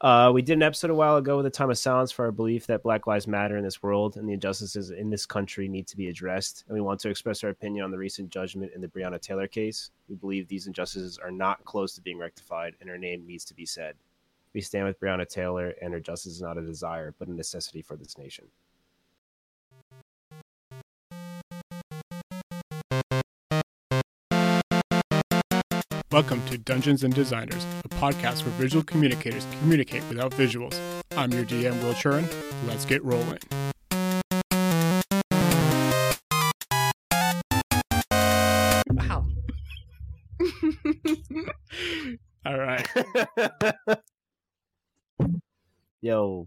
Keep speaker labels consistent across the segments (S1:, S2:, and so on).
S1: Uh, we did an episode a while ago with a time of silence for our belief that Black Lives Matter in this world and the injustices in this country need to be addressed. And we want to express our opinion on the recent judgment in the Breonna Taylor case. We believe these injustices are not close to being rectified and her name needs to be said. We stand with Breonna Taylor, and her justice is not a desire, but a necessity for this nation.
S2: Welcome to Dungeons and Designers, a podcast where visual communicators communicate without visuals. I'm your DM, Will Churin. Let's get rolling.
S3: Wow.
S2: All right.
S1: Yo,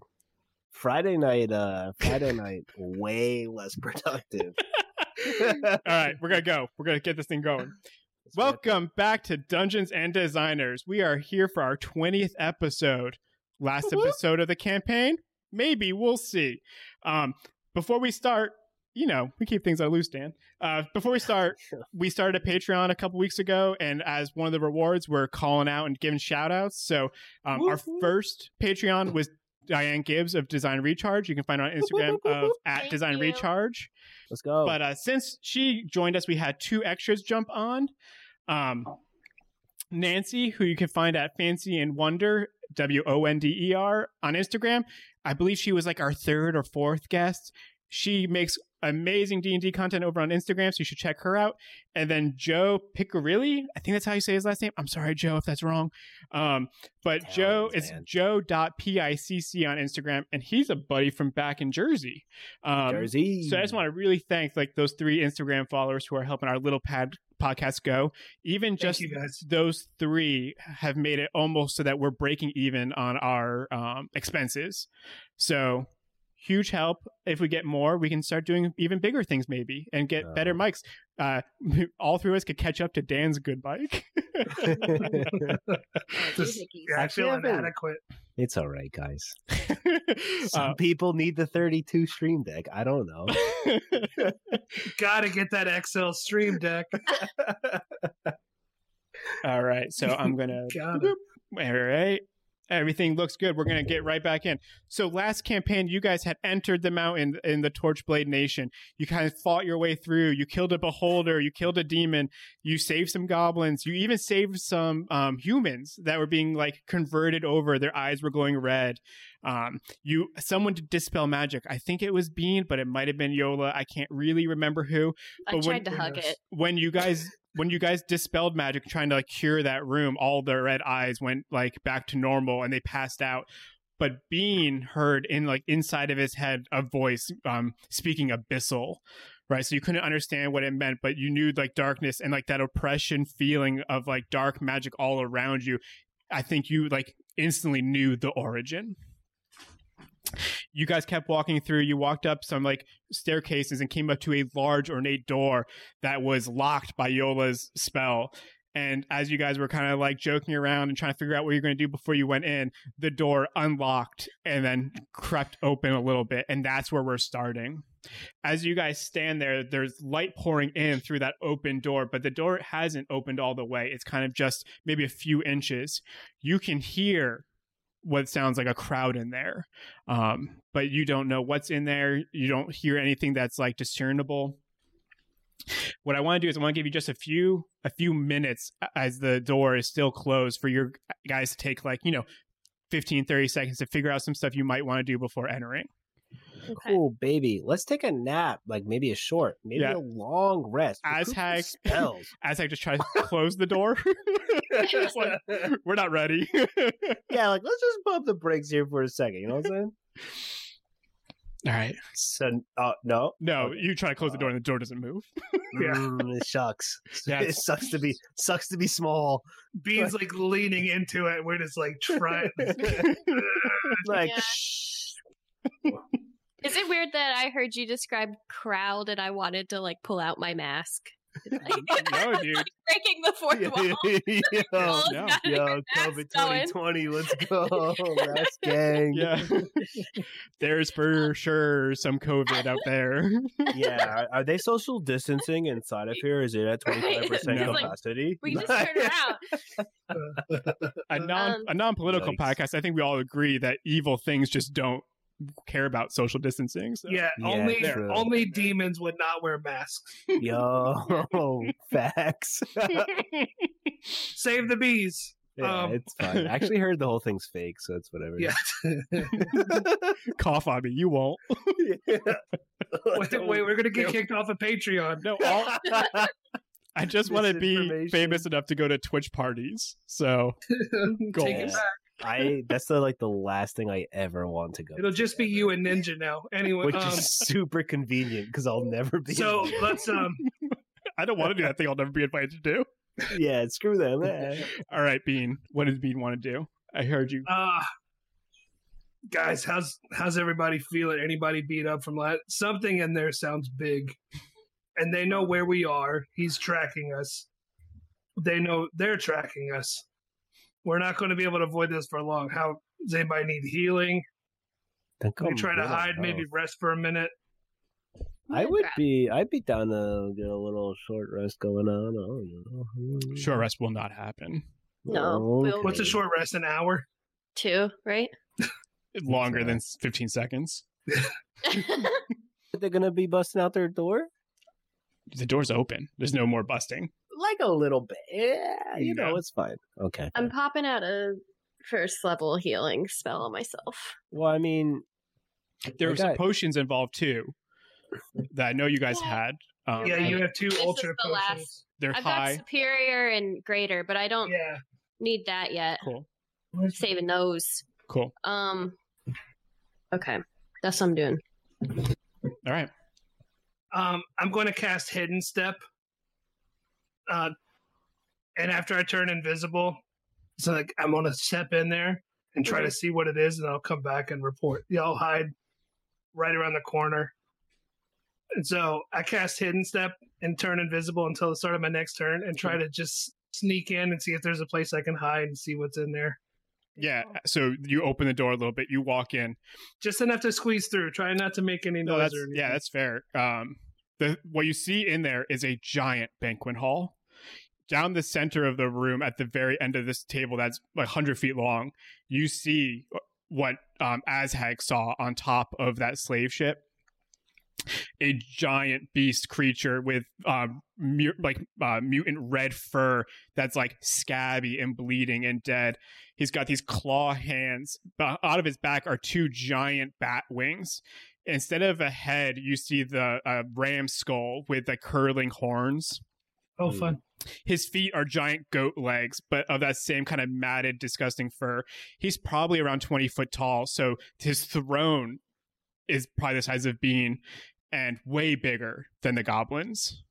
S1: Friday night, uh, Friday night, way less productive.
S2: All right. We're going to go. We're going to get this thing going. Welcome back to Dungeons and Designers. We are here for our 20th episode. Last
S3: Woo-hoo.
S2: episode of the campaign? Maybe. We'll see. Um, before we start, you know, we keep things on loose, Dan. Uh, before we start, we started a Patreon a couple weeks ago, and as one of the rewards, we're calling out and giving shout outs. So um, our
S3: Woo-hoo.
S2: first Patreon was Diane Gibbs of Design Recharge. You can find her on Instagram of at
S3: Thank
S2: Design
S3: you.
S2: Recharge
S1: Let's go.
S2: but uh, since she joined us, we had two extras jump on. Um, Nancy, who you can find at Fancy and Wonder W O N D E R on Instagram. I believe she was like our third or fourth guest. She makes amazing D and D content over on Instagram, so you should check her out. And then Joe Piccarilli, I think that's how you say his last name. I'm sorry, Joe, if that's wrong. Um, but
S1: Italians,
S2: Joe, it's
S1: man.
S2: Joe.picc on Instagram, and he's a buddy from back in Jersey. Um,
S1: Jersey.
S2: so I just want to really thank like those three Instagram followers who are helping our little pad podcast go. Even just
S4: you, guys.
S2: those three have made it almost so that we're breaking even on our um, expenses. So huge help. If we get more, we can start doing even bigger things maybe and get better
S1: Um.
S2: mics. Uh, all three of us could catch up to Dan's good mic.
S4: Just-
S3: Hickeys.
S4: Yeah, I feel
S1: Actually, I've been-
S4: inadequate.
S1: it's all right, guys. Some
S2: Uh,
S1: people need the 32 stream deck. I don't know.
S2: Uh,
S4: Gotta get that XL stream deck.
S2: all right, so I'm gonna
S4: Got
S2: Boop. All right. Everything looks good. We're going to get right back in. So, last campaign, you guys had entered the mountain in the Torchblade Nation. You kind of fought your way through. You killed a beholder. You killed a demon. You saved some goblins. You even saved some um, humans that were being like converted over. Their eyes were glowing red. Um, you someone to dispel magic. I think it was Bean, but it might have been Yola. I can't really remember who
S3: I
S2: But when-
S3: tried to hug it.
S2: when you guys when you guys dispelled magic trying to like cure that room all their red eyes went like back to normal and they passed out but bean heard in like inside of his head a voice um speaking abyssal right so you couldn't understand what it meant but you knew like darkness and like that oppression feeling of like dark magic all around you i think you like instantly knew the origin you guys kept walking through you walked up some like staircases and came up to a large ornate door that was locked by Yola's spell. And as you guys were kind of like joking around and trying to figure out what you're going to do before you went in, the door unlocked and then crept open a little bit. And that's where we're starting. As you guys stand there, there's light pouring in through that open door, but the door hasn't opened all the way. It's kind of just maybe a few inches. You can hear what sounds like a crowd in there, um, but you don't know what's in there. You don't hear anything that's like discernible what I want to do is I want to give you just a few a few minutes as the door is still closed for your guys to take like, you know, 15 30 seconds to figure out some stuff you might want to do before entering.
S3: Okay.
S1: cool, baby. Let's take a nap, like maybe a short, maybe
S2: Yeah.
S1: a long rest.
S2: As
S1: Recruit some
S2: heck.
S1: spells.
S2: As I just try to close the door. It's like, We're not ready. All
S1: yeah, like let's just bump the brakes here for a second. You know what I'm saying?
S2: right.
S1: So, uh, no,
S2: No,
S1: Okay.
S2: you try to close the door and the door doesn't move.
S4: Yeah.
S1: Mm, it sucks.
S2: Yeah,
S1: it
S2: it's-
S1: sucks to be sucks to be small.
S4: Bean's like leaning into it. We're just like trying.
S1: Like,
S3: Yeah.
S1: shh.
S3: Is it weird that I heard you describe crowd and I wanted to like pull out my mask?
S2: no, dude.
S5: breaking the fourth wall.
S1: yo,
S5: All
S2: no.
S5: gotta be
S1: yo, Oh, COVID
S5: fast going.
S1: 2020, let's go. That's gang.
S2: Yeah. There's for sure some COVID out there.
S1: yeah, are, are they social distancing inside of here? Is it at
S5: Right.
S1: 25 percent
S2: It's like,
S1: capacity?
S5: We can just turn around.
S2: A non
S5: Um,
S2: a non political
S1: Yikes.
S2: podcast. I think we all agree that evil things just don't care about social distancing. So.
S4: Yeah,
S1: Yeah,
S4: only
S1: true.
S4: only demons would not wear masks.
S1: Yo, facts. yeah,
S4: Save the bees. Um,
S1: it's fine. I actually heard the whole thing's fake, so it's whatever.
S4: Yeah.
S2: Cough on me. You won't.
S4: Wait, wait, we're gonna get kicked off of Patreon.
S2: No, all, I just want to be
S1: Misinformation.
S2: famous enough to go to Twitch parties. So
S4: Take it
S1: Yeah.
S4: back.
S1: I that's the, like the last thing I ever want to go.
S4: It'll
S1: to
S4: just be
S1: ever.
S4: you and Ninja now. Anyway,
S1: which
S4: um,
S1: is super convenient because I'll never be.
S4: so
S1: invited.
S4: let's um
S2: I don't want to do that thing I'll never be invited to do.
S1: yeah, screw them. eh.
S2: All right, Bean. What did Bean want to do? I heard you.
S4: uh guys, how's how's everybody feeling? Anybody beat up from last something in there sounds big. And they know where we are. He's tracking us. They know they're tracking us. We're not going to be able to avoid this for long. How does anybody need healing?
S1: Then
S4: Can we
S1: come
S4: try to
S1: get 'em,
S4: hide,
S1: bro.
S4: maybe rest for a minute?
S1: I would be. I'd be down to get a little short rest going on. I don't know.
S2: Short rest will not happen.
S5: No, we'll-
S4: What's a
S1: Oh, Okay.
S4: short rest? An hour?
S5: Two, right?
S2: Longer than 15 seconds.
S1: They're gonna be busting out their door.
S2: The door's open. There's no more busting.
S1: like a little bit. Yeah, you
S2: Yeah.
S1: know, Um, it's fine. Okay.
S5: I'm popping out a first level healing spell on myself.
S1: well, I mean,
S2: There
S1: I
S2: were some
S1: got-
S2: potions involved too that I know you guys had. Um,
S4: Yeah, you have two
S5: This is
S4: ultra
S5: the last-
S4: potions.
S2: They're
S5: I've got
S2: high.
S5: superior and greater, but I don't
S4: Yeah.
S5: need that yet.
S2: Cool.
S5: Saving those.
S2: Cool.
S5: Um. Okay, that's what I'm doing.
S2: All right.
S4: Um, I'm going to cast Hidden Step. Uh, and after I turn invisible, so like I'm going to step in there and try to see what it is, and I'll come back and report. Y'all hide right around the corner. And so I cast Hidden Step and turn invisible until the start of my next turn, and try to just sneak in and see if there's a place I can hide and see what's in there.
S2: Yeah. So you open the door a little bit. You walk in.
S4: Just enough to squeeze through. Try not to make any noise.
S2: No, that's
S4: or anything.
S2: yeah, that's fair. Um, the what you see in there is a giant banquet hall. Down the center of the room, at the very end of this table, that's like hundred feet long, you see what um, Azhag saw on top of that slave ship. A giant beast creature with um, mu- like uh, mutant red fur that's like scabby and bleeding and dead. He's got these claw hands. But out of his back are two giant bat wings instead of a head, you see the uh, ram skull with the curling horns.
S4: oh fun.
S2: His feet are giant goat legs, but of that same kind of matted, disgusting fur. He's probably around 20 foot tall, so his throne is probably the size of Bean and way bigger than the goblins.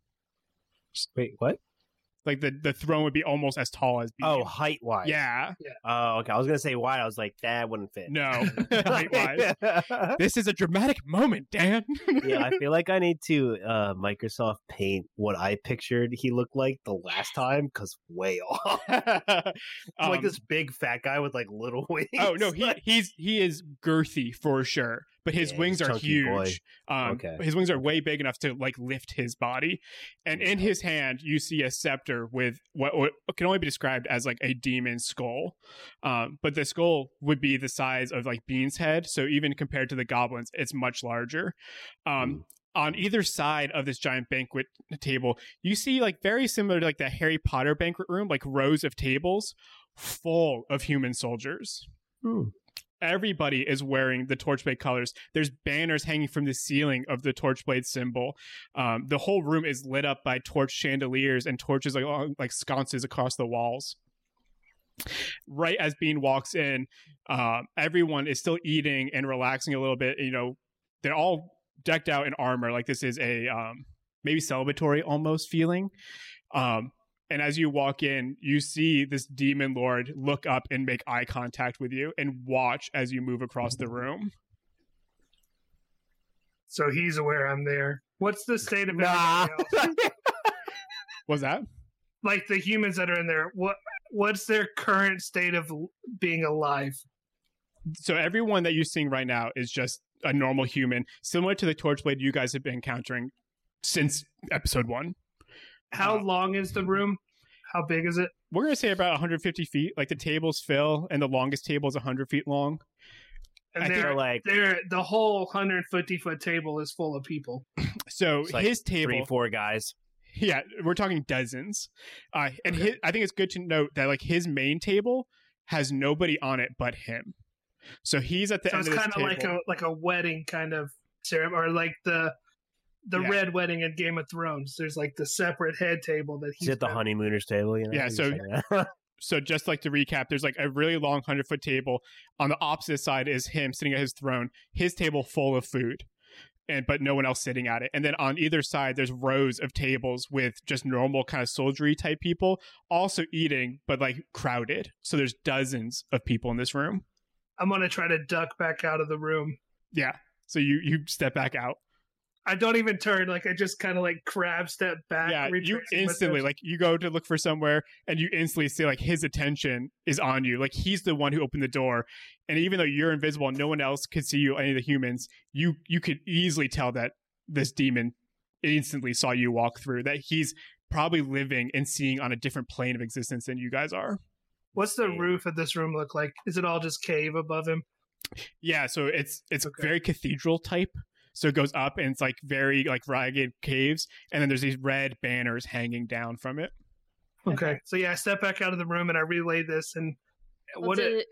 S1: wait, what?
S2: Like the, the throne would be almost as tall as Bean.
S1: Oh, height wise.
S2: yeah.
S1: Oh, okay. I was gonna say wide. I was like, that wouldn't fit.
S2: No. Height-wise. This is a dramatic moment, Dan.
S1: yeah, I feel like I need to uh, Microsoft Paint what I pictured he looked like the last time because way off. It's
S2: Um,
S1: like this big fat guy with like little wings.
S2: Oh no, he
S1: Like-
S2: he's he is girthy for sure, but his
S1: Yeah,
S2: wings
S1: he's
S2: are
S1: chunky boy.
S2: huge. Um,
S1: Okay.
S2: his wings are way big enough to like lift his body, and in his hand you see a scepter with what, what can only be described as like a demon skull. Um, but the skull would be the size of like Bean's head, so even compared to the goblins, it's much larger.
S1: Hmm.
S2: Um, on either side of this giant banquet table, you see like very similar to like the Harry Potter banquet room, like rows of tables full of human soldiers
S1: Hmm.
S2: everybody is wearing the torchblade colors there's banners hanging from the ceiling of the torchblade symbol um, the whole room is lit up by torch chandeliers and torches like on- like sconces across the walls right as bean walks in um, everyone is still eating and relaxing a little bit you know they're all decked out in armor like this is a um, maybe celebratory almost feeling um, and as you walk in, you see this demon lord look up and make eye contact with you and watch as you move across the room.
S4: So he's aware I'm there. What's the state of
S1: Nah.
S4: everybody else?
S2: Was that?
S4: like the humans that are in there what what's their current state of l- being alive
S2: So everyone that you're seeing right now is just a normal human, similar to the Torchblade you guys have been encountering since episode one.
S4: how long is the room how big is it
S2: We're gonna say about 150 feet. Like the tables fill, and the longest table is 100 feet long. I
S4: and
S2: think
S1: So,
S4: they're,
S1: like
S4: they're the whole 150 foot table is full of people
S2: So
S1: It's like
S2: his table,
S1: three, four guys.
S2: yeah, we're talking dozens. Uh, and his, I think it's good to note that like his main table has nobody on it but him. So he's at the
S4: so
S2: end
S4: it's
S2: of this
S4: kind of
S2: table.
S4: like a like a wedding kind of ceremony or like the the
S2: Yeah.
S4: red wedding in game of thrones there's like the separate head table that
S1: He's
S4: he's
S1: at the
S4: got.
S1: honeymooners table. You know?
S2: Yeah,
S1: He's
S2: so-
S1: like, "Yeah."
S2: so just like to recap, there's like a really long hundred foot table. On the opposite side is him sitting at his throne, his table full of food, and but no one else sitting at it. And then on either side, there's rows of tables with just normal kind of soldiery type people also eating, but like crowded. So there's dozens of people in this room.
S4: i'm gonna try to duck back out of the room
S2: Yeah. So you you step back out.
S4: i don't even turn like i just kind of like crab step back
S2: yeah. You
S4: retracing my
S2: instantly
S4: steps.
S2: like you go to look for somewhere and you instantly see like his attention is on you. Like he's the one who opened the door. And even though you're invisible and no one else could see you, any of the humans, you you could easily tell that this demon instantly saw you walk through, that he's probably living and seeing on a different plane of existence than you guys are.
S4: What's the roof of this room look like? Is it all just cave above him?
S2: Yeah, so it's it's
S4: Okay.
S2: very cathedral type. So it goes up and it's like very like ragged caves, and then there's these red banners hanging down from it.
S4: Okay. So yeah, I step back out of the room and I relay this and
S5: Well,
S4: what
S5: did,
S4: it,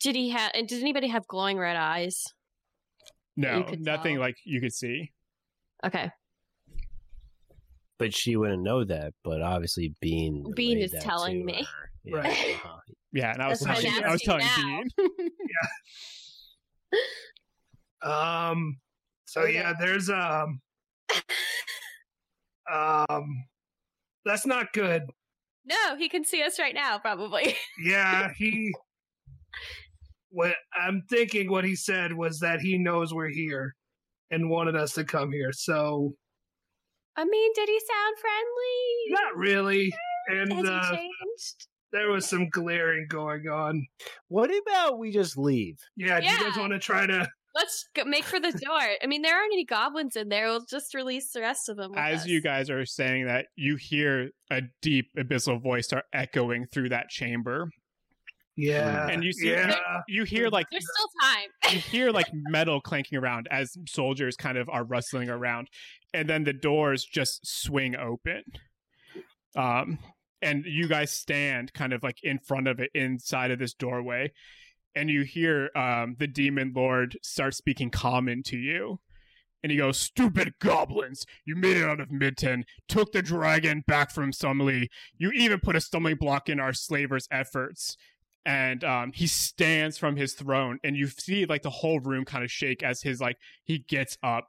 S5: did he have? Did anybody have glowing red eyes? that you
S2: No,
S5: could
S2: nothing
S5: tell.
S2: like you could see.
S5: Okay,
S1: but she wouldn't know that. But obviously, Bean
S5: Bean
S1: relayed
S5: is
S1: that
S5: telling
S1: to
S5: me.
S1: her.
S4: Right.
S1: Uh-huh.
S2: Yeah, and I was
S5: That's
S4: what
S2: telling
S4: I'm
S2: I was telling
S5: asking
S2: Dean.
S4: um so
S5: Oh,
S4: yeah,
S5: no.
S4: there's um um that's not good.
S5: no, he can see us right now, probably.
S4: Yeah, he what I'm thinking what he said was that he knows we're here and wanted us to come here. So
S5: I mean, did he sound friendly?
S4: not really. And
S5: Has he
S4: uh,
S5: changed?
S4: there was some glaring going on.
S1: What about we just leave?
S4: Yeah, do you guys
S5: Yeah.
S4: want to try to
S5: Let's go- make for the door. I mean, there aren't any goblins in there. We'll just release the rest of them. with
S2: As
S5: us.
S2: you guys are saying that, you hear a deep abyssal voice start echoing through that chamber.
S4: Yeah.
S2: And you see-
S4: yeah.
S2: You hear like
S5: there's still time.
S2: you hear like metal clanking around as soldiers kind of are rustling around and then the doors just swing open um and you guys stand kind of like in front of it inside of this doorway and you hear um the demon lord start speaking common to you and he goes, Stupid goblins! You made it out of Midton, took the dragon back from Sumley. You even put a stumbling block in our slavers' efforts. And um, he stands from his throne, and you see like the whole room kind of shake as his like he gets up,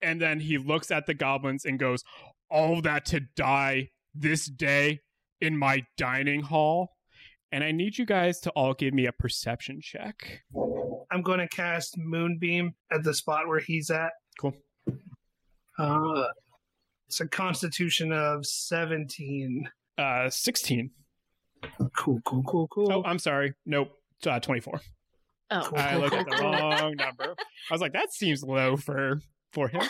S2: and then he looks at the goblins and goes, "All that to die this day in my dining hall." And I need you guys to all give me a perception check.
S4: I'm going to cast Moonbeam at the spot where he's at.
S2: Cool.
S4: Uh, it's a constitution of 17.
S2: Uh, sixteen.
S4: Cool, cool, cool, cool.
S2: Oh, I'm sorry. Nope. Uh, twenty-four.
S5: Oh,
S4: Cool.
S2: I looked at the wrong number. I was like, that seems low for for him.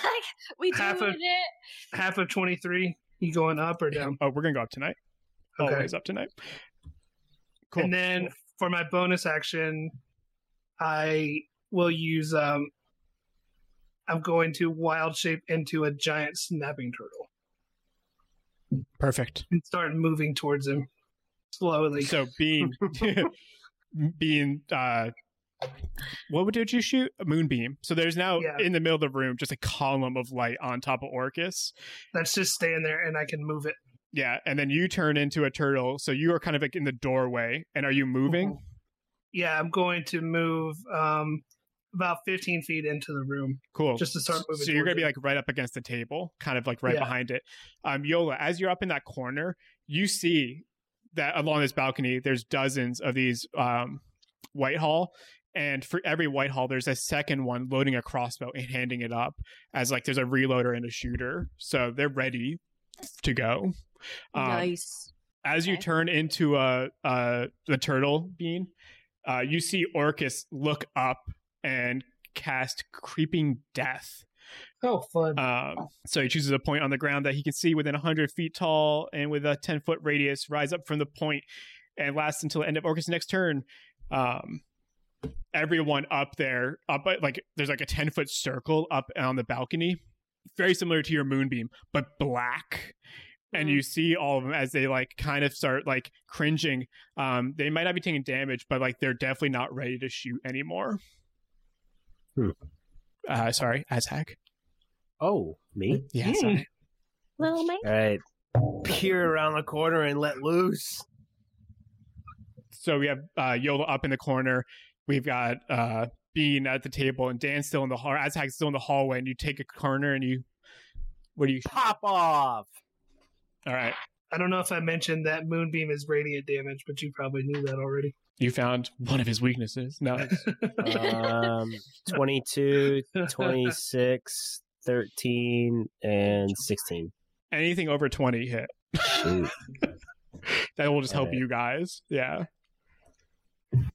S5: we did
S4: Half of-
S5: it.
S4: Half of 23. You going up or down?
S2: Oh, we're gonna go up tonight.
S4: Okay.
S2: Always up tonight. Cool.
S4: And then for my bonus action, I will use. um I'm going to wild shape into a giant snapping turtle
S2: Perfect.
S4: and start moving towards him slowly.
S2: So being being uh what would- did you shoot? A moonbeam. So there's now
S4: Yeah.
S2: in the middle of the room just a column of light on top of Orcus.
S4: That's just staying there, and I can move it.
S2: Yeah, and then you turn into a turtle. So you are kind of like in the doorway. And are you moving?
S4: Mm-hmm. Yeah, I'm going to move um about 15 feet into the room.
S2: Cool.
S4: Just to start moving
S2: So you're gonna
S4: towards
S2: be
S4: it.
S2: like right up against the table, kind of like right
S4: Yeah.
S2: behind it. Um, Yola, as you're up in that corner, you see that along this balcony, there's dozens of these um, Whitehall, and for every Whitehall, there's a second one loading a crossbow and handing it up as like there's a reloader and a shooter, so they're ready to go. Um,
S6: nice.
S2: As you
S6: Okay.
S2: turn into a, a the turtle bean, uh, you see Orcus look up and cast creeping death.
S4: Oh, fun.
S2: Um, so he chooses a point on the ground that he can see within 100 feet tall and with a 10 foot radius, rise up from the point and lasts until the end of Orcus' next turn. Um, everyone up there, up at- like there's like a 10 foot circle up on the balcony, very similar to your moonbeam, but black. And you see all of them as they like kind of start like cringing. Um, they might not be taking damage, but like they're definitely not ready to shoot anymore.
S1: Hmm.
S2: Uh, sorry, Azhag.
S1: Oh, me?
S2: Yeah,
S4: Hmm.
S2: sorry.
S5: Little man.
S1: All right. Peer around the corner and let loose.
S2: So we have uh, Yola up in the corner. We've got uh, Bean at the table, and Dan still in the hall. Azhag's still in the hallway, and you take a corner, and you. What do you?
S1: Pop off.
S2: All right,
S4: I don't know if I mentioned that moonbeam is radiant damage, but you probably knew that already.
S2: you found one of his weaknesses. No, it's- Uh,
S1: Um, 22, 26, 13, and 16.
S2: anything over twenty hit.
S1: Shoot.
S2: That will just help
S1: Alright.
S2: you guys. Yeah,
S1: All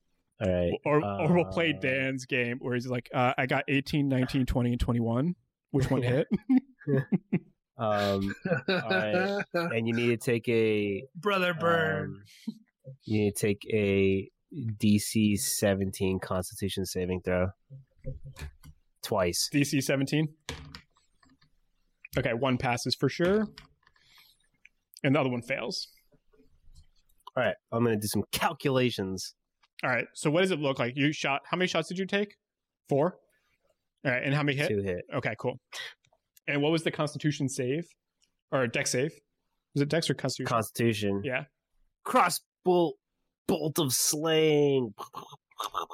S1: right.
S2: or or we'll play
S1: Uh,
S2: Dan's game where he's like, uh, I got 18, 19, 20, and twenty one. Which one hit?
S1: Um, Alright.
S2: Uh,
S1: and you need to take a.
S4: Brother Burn.
S1: um, you need to take a DC 17 Constitution saving throw. Twice.
S2: DC seventeen. Okay, one passes for sure, and the other one fails.
S1: All right. I'm going to do some calculations.
S2: All right. So what does it look like? You shot how many shots did you take? Four. All right. And how many hit?
S1: Two hit.
S2: Okay, cool. And what was the Constitution save or deck save? Was it Dex or Constitution?
S1: Constitution.
S2: Yeah.
S1: Cross bolt, bolt of slaying.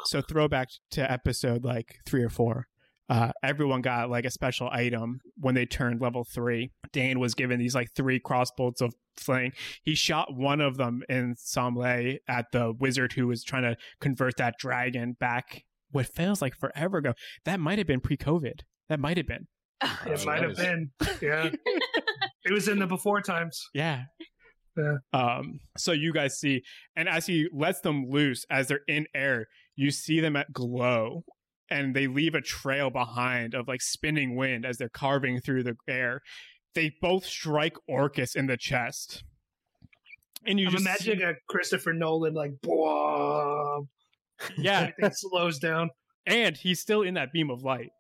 S2: so throwback to episode like three or four. Uh, everyone got like a special item when they turned level three. Dan was given these like three crossbolts of flaying. He shot one of them in Somlay at the wizard who was trying to convert that dragon back. What feels like forever ago. That might have been pre-COVID. That might have been.
S1: Oh,
S4: It might have
S1: nice.
S4: been. Yeah. it was in the before times.
S2: Yeah.
S4: Yeah.
S2: Um, so you guys see, and as he lets them loose, as they're in air, you see them at glow, and they leave a trail behind of like spinning wind as they're carving through the air. They both strike Orcus in the chest, and you
S4: I'm
S2: just
S4: imagining a Christopher Nolan like, boom,
S2: yeah,
S4: everything slows down.
S2: and he's still in that beam of light.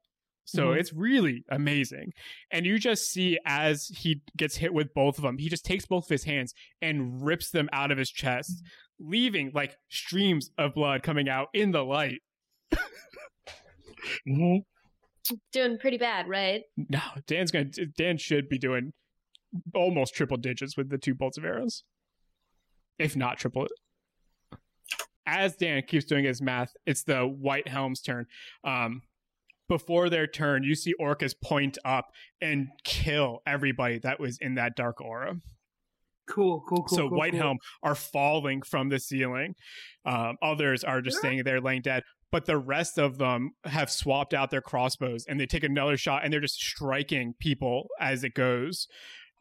S2: So
S4: Mhm.
S2: it's really amazing. And you just see as he gets hit with both of them, he just takes both of his hands and rips them out of his chest, leaving like streams of blood coming out in the light.
S4: Mhm.
S5: Doing pretty bad, right?
S2: No, Dan's going to, Dan should be doing almost triple digits with the two bolts of arrows, if not triple. As Dan keeps doing his math, it's the White Helm's turn. Um, before their turn, you see Orcus point up and kill everybody that was in that dark aura.
S4: Cool, cool, cool.
S2: so
S4: cool,
S2: White
S4: cool.
S2: Helm are falling from the ceiling. Um, others are just staying there laying dead. But the rest of them have swapped out their crossbows and they take another shot and they're just striking people as it goes.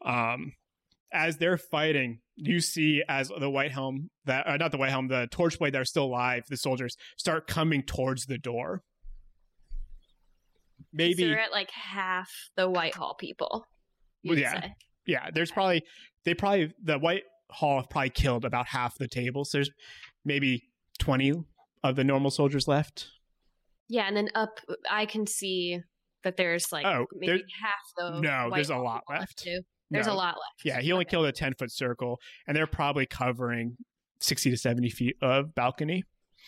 S2: Um, as they're fighting, you see as the White Helm that uh, not the White Helm, the Torchblade that are still alive, the soldiers start coming towards the door. Maybe
S5: So we're at like half the Whitehall people. you'd
S2: Yeah.
S5: say.
S2: Yeah, there's probably they probably the White Hall have probably killed about half the table. So there's maybe twenty of the normal soldiers left.
S5: Yeah, and then up, I can see that there's like
S2: Oh,
S5: maybe
S2: there-
S5: half the.
S2: No, there's a
S5: Whitehall
S2: lot
S5: people
S2: left.
S5: too. There's
S2: No.
S5: a lot left.
S2: Yeah, he only
S5: Okay.
S2: killed a ten foot circle, and they're probably covering sixty to seventy feet of balcony.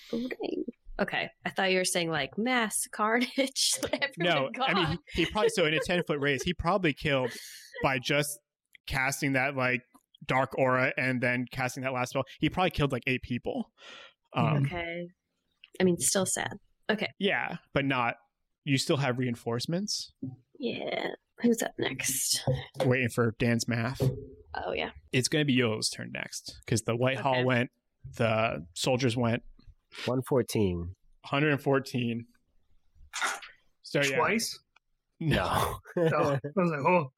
S5: Dang. Okay, I thought you were saying like mass carnage.
S2: No,
S5: Everyone
S2: I mean
S5: gone.
S2: he, he probably so in a ten foot race he probably killed by just casting that like dark aura and then casting that last spell. He probably killed like eight people. Um,
S5: okay. I mean, still sad.
S2: Yeah, but not. You still have reinforcements.
S5: Yeah. Who's up next?
S2: Waiting for Dan's math.
S5: Oh yeah.
S2: it's going to be Yolo's turn next because the Whitehall
S5: Okay.
S2: went, the soldiers went
S1: 114.
S2: 114. So oh, yeah,
S4: Twice?
S2: no,
S4: Oh, I was like, oh.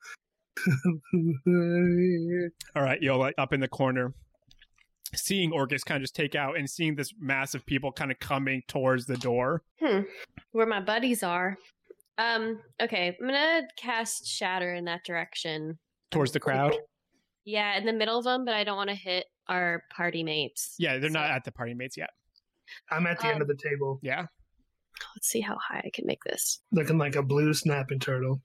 S2: All right, Yola up in the corner, seeing Orcus kind of just take out and seeing this mass of people kind of coming towards the door.
S5: Hmm. Where my buddies are. Um, okay, I'm gonna cast Shatter in that direction.
S2: Towards the crowd?
S5: Yeah, in the middle of them, but I don't want to hit our party mates.
S2: Yeah, they're not at the party mates yet.
S4: I'm at the end of the table.
S2: Yeah.
S5: Let's see how high I can make this.
S4: Looking like a blue snapping turtle.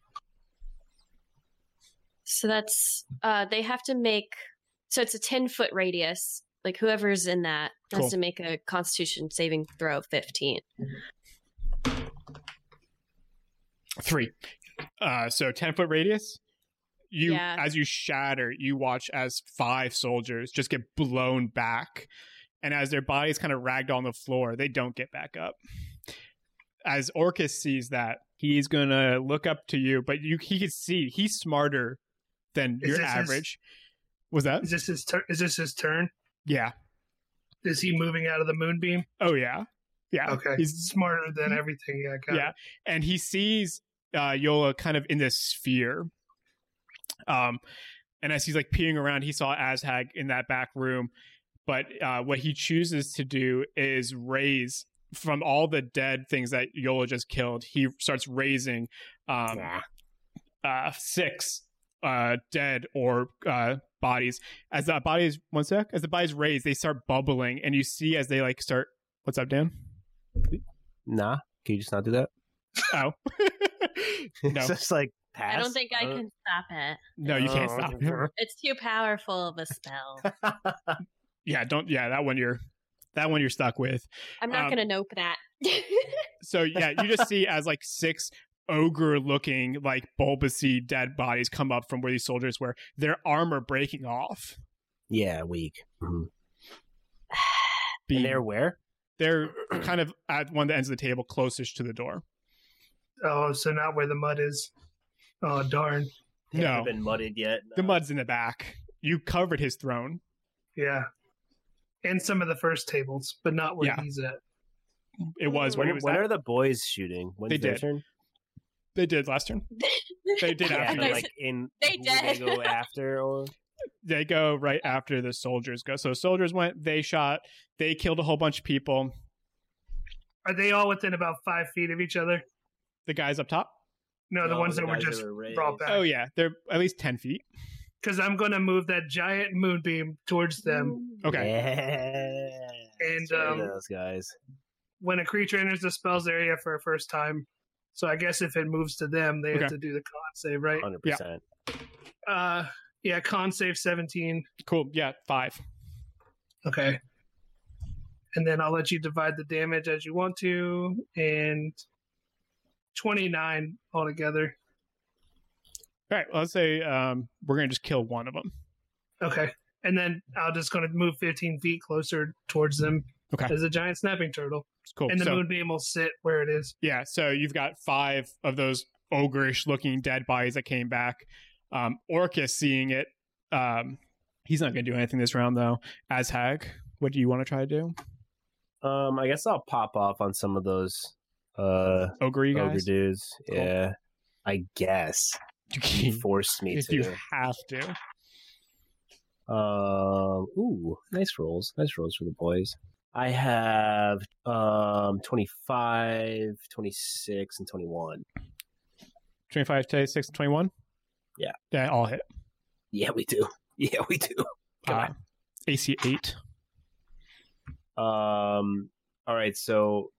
S5: So that's uh they have to make so it's a ten foot radius. Like whoever's in that
S2: Cool.
S5: has to make a constitution saving throw of fifteen.
S2: Three. Uh, so 10 foot radius. You,
S5: Yeah.
S2: as you shatter, you watch as five soldiers just get blown back. And as their bodies kind of ragged on the floor, they don't get back up. As Orcus sees that, he's going to look up to you, but you he can see he's smarter than
S4: Is
S2: your
S4: this his-
S2: average. Was that?
S4: Is this his turn? Is this his turn?
S2: Yeah.
S4: Is he moving out of the moonbeam?
S2: Oh, yeah. Yeah.
S4: Okay,
S2: He's
S4: he's smarter than everything. Yeah, got
S2: Mm-hmm. yeah and he sees uh yola kind of in this sphere um and as he's like peering around he saw azhag in that back room but uh what he chooses to do is raise from all the dead things that yola just killed he starts raising um uh six uh dead or uh bodies as the bodies one sec as the bodies raise they start bubbling and you see as they like start what's up dan
S1: Nah, can you just not do that?
S2: oh no
S1: it's just like pass.
S5: I don't think I
S1: Uh,
S5: can stop it.
S2: No, you can't
S1: Oh,
S2: stop
S1: okay.
S2: him.
S5: It's too powerful of a spell.
S2: Yeah, don't. Yeah, that one you're, that one you're stuck with.
S5: I'm not
S2: Um,
S5: gonna nope that.
S2: So yeah, you just see as like six ogre-looking, like bulbousy dead bodies come up from where these soldiers were. Their armor breaking off.
S1: Yeah, weak. Mhm.
S2: Being,
S1: And they're where?
S2: they're kind of at one of the ends of the table, closest to the door.
S4: it. Oh, so not where the mud is. Oh darn.
S1: They
S2: No.
S1: haven't been mudded yet.
S2: The
S1: No.
S2: mud's in the back. You covered his throne.
S4: Yeah. And some of the first tables, but not where
S2: Yeah.
S4: he's at.
S2: It was where
S1: Mm. When,
S2: he was.
S1: when
S2: at.
S1: are the boys shooting? When's
S2: They
S1: their
S2: did.
S1: turn?
S2: they did last turn. They did
S5: Yeah,
S1: I
S2: after
S1: mean,
S2: you.
S5: guys-
S1: like in
S5: They
S1: who They
S5: did.
S1: go after or
S2: they go right after the soldiers go. So soldiers went. They shot. They killed a whole bunch of people.
S4: Are they all within about five feet of each other?
S2: The guys up top.
S4: No, the
S1: No,
S4: ones
S1: the
S4: that were
S1: guys that
S4: just
S1: were
S4: brought
S1: raised.
S4: back.
S2: Oh yeah, they're at least ten feet.
S4: Because I'm going to move that giant moonbeam towards
S2: Mm.
S4: them.
S2: Okay.
S1: Yeah.
S4: And,
S1: Sorry,
S4: um,
S1: those guys.
S4: When a creature enters the spell's area for a first time, so I guess if it moves to them, they have
S2: Okay.
S4: to do the con save, right?
S1: Hundred
S2: yeah.
S1: percent.
S4: Uh, yeah, con save 17.
S2: Cool. Yeah, five.
S4: Okay. And then I'll let you divide the damage as you want to, and 29 altogether.
S2: All right. well, let's say um, we're gonna just kill one of them.
S4: Okay. And then I'm just going to move 15 feet closer towards them
S2: Okay.
S4: as a giant snapping turtle.
S2: Cool.
S4: And the
S2: so,
S4: moonbeam will sit where it is.
S2: yeah. So you've got five of those ogreish-looking dead bodies that came back. Um, Orcus seeing it. Um, he's not gonna do anything this round though. As Hag, what do you want to try to do?
S1: Um, I guess I'll pop off on some of those uh
S2: Ogre you
S1: ogre
S2: guys.
S1: dudes.
S2: Cool.
S1: Yeah, I guess
S2: You
S1: he
S2: can-
S1: forced me
S2: if
S1: to.
S2: you have to.
S1: Um, ooh, nice rolls, nice rolls for the boys. I have um 25, 26, and 21.
S2: 25, 26, 21?
S1: Yeah.
S2: Yeah, all hit.
S1: Yeah, we do. Yeah, we do. Come
S2: Uh, AC 8.
S1: Um, all right, so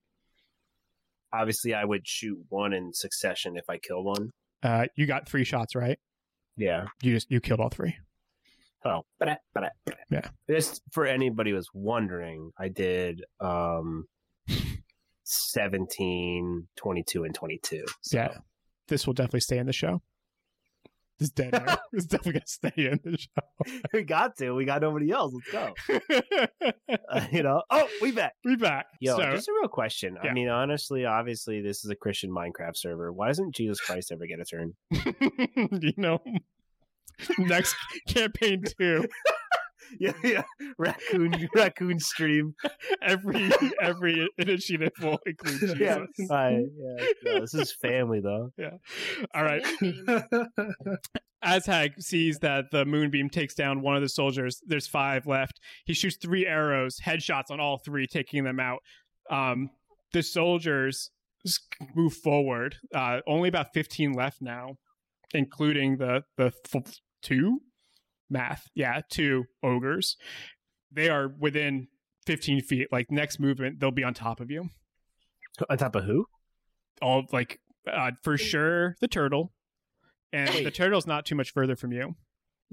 S1: obviously I would shoot one in succession if I kill one.
S2: Uh, you got three shots, right?
S1: Yeah.
S2: You just you killed all three.
S1: Oh, ba-da, ba-da, ba-da.
S2: Yeah.
S1: Just for anybody who's wondering, I did um 17, 22, and 22. So.
S2: Yeah. This will definitely stay in the show. This dead air is definitely gonna stay in the
S1: we got to. We got nobody else. Let's go.
S2: show.
S1: Uh, you know, oh, we back.
S2: we back.
S1: Yo,
S2: so
S1: just a real question.
S2: Yeah.
S1: I mean, honestly, obviously, this is a Christian Minecraft server. Why doesn't Jesus Christ ever get a turn?
S2: you know next campaign two.
S1: yeah, yeah. Raccoon, raccoon stream.
S2: every every initiative will include Jesus.
S1: Yeah, I, yeah. No, this is family though.
S2: All right. Azhag sees that the moonbeam takes down one of the soldiers. There's five left. He shoots three arrows, headshots on all three, taking them out. Um, the soldiers s- move forward. Uh, only about 15 left now, including the the f- two math. Yeah, two ogres. They are within 15 feet. Like next movement, they'll be on top of you.
S1: On top of who?
S2: All like uh, for sure the turtle, and the turtle's not too much further from you.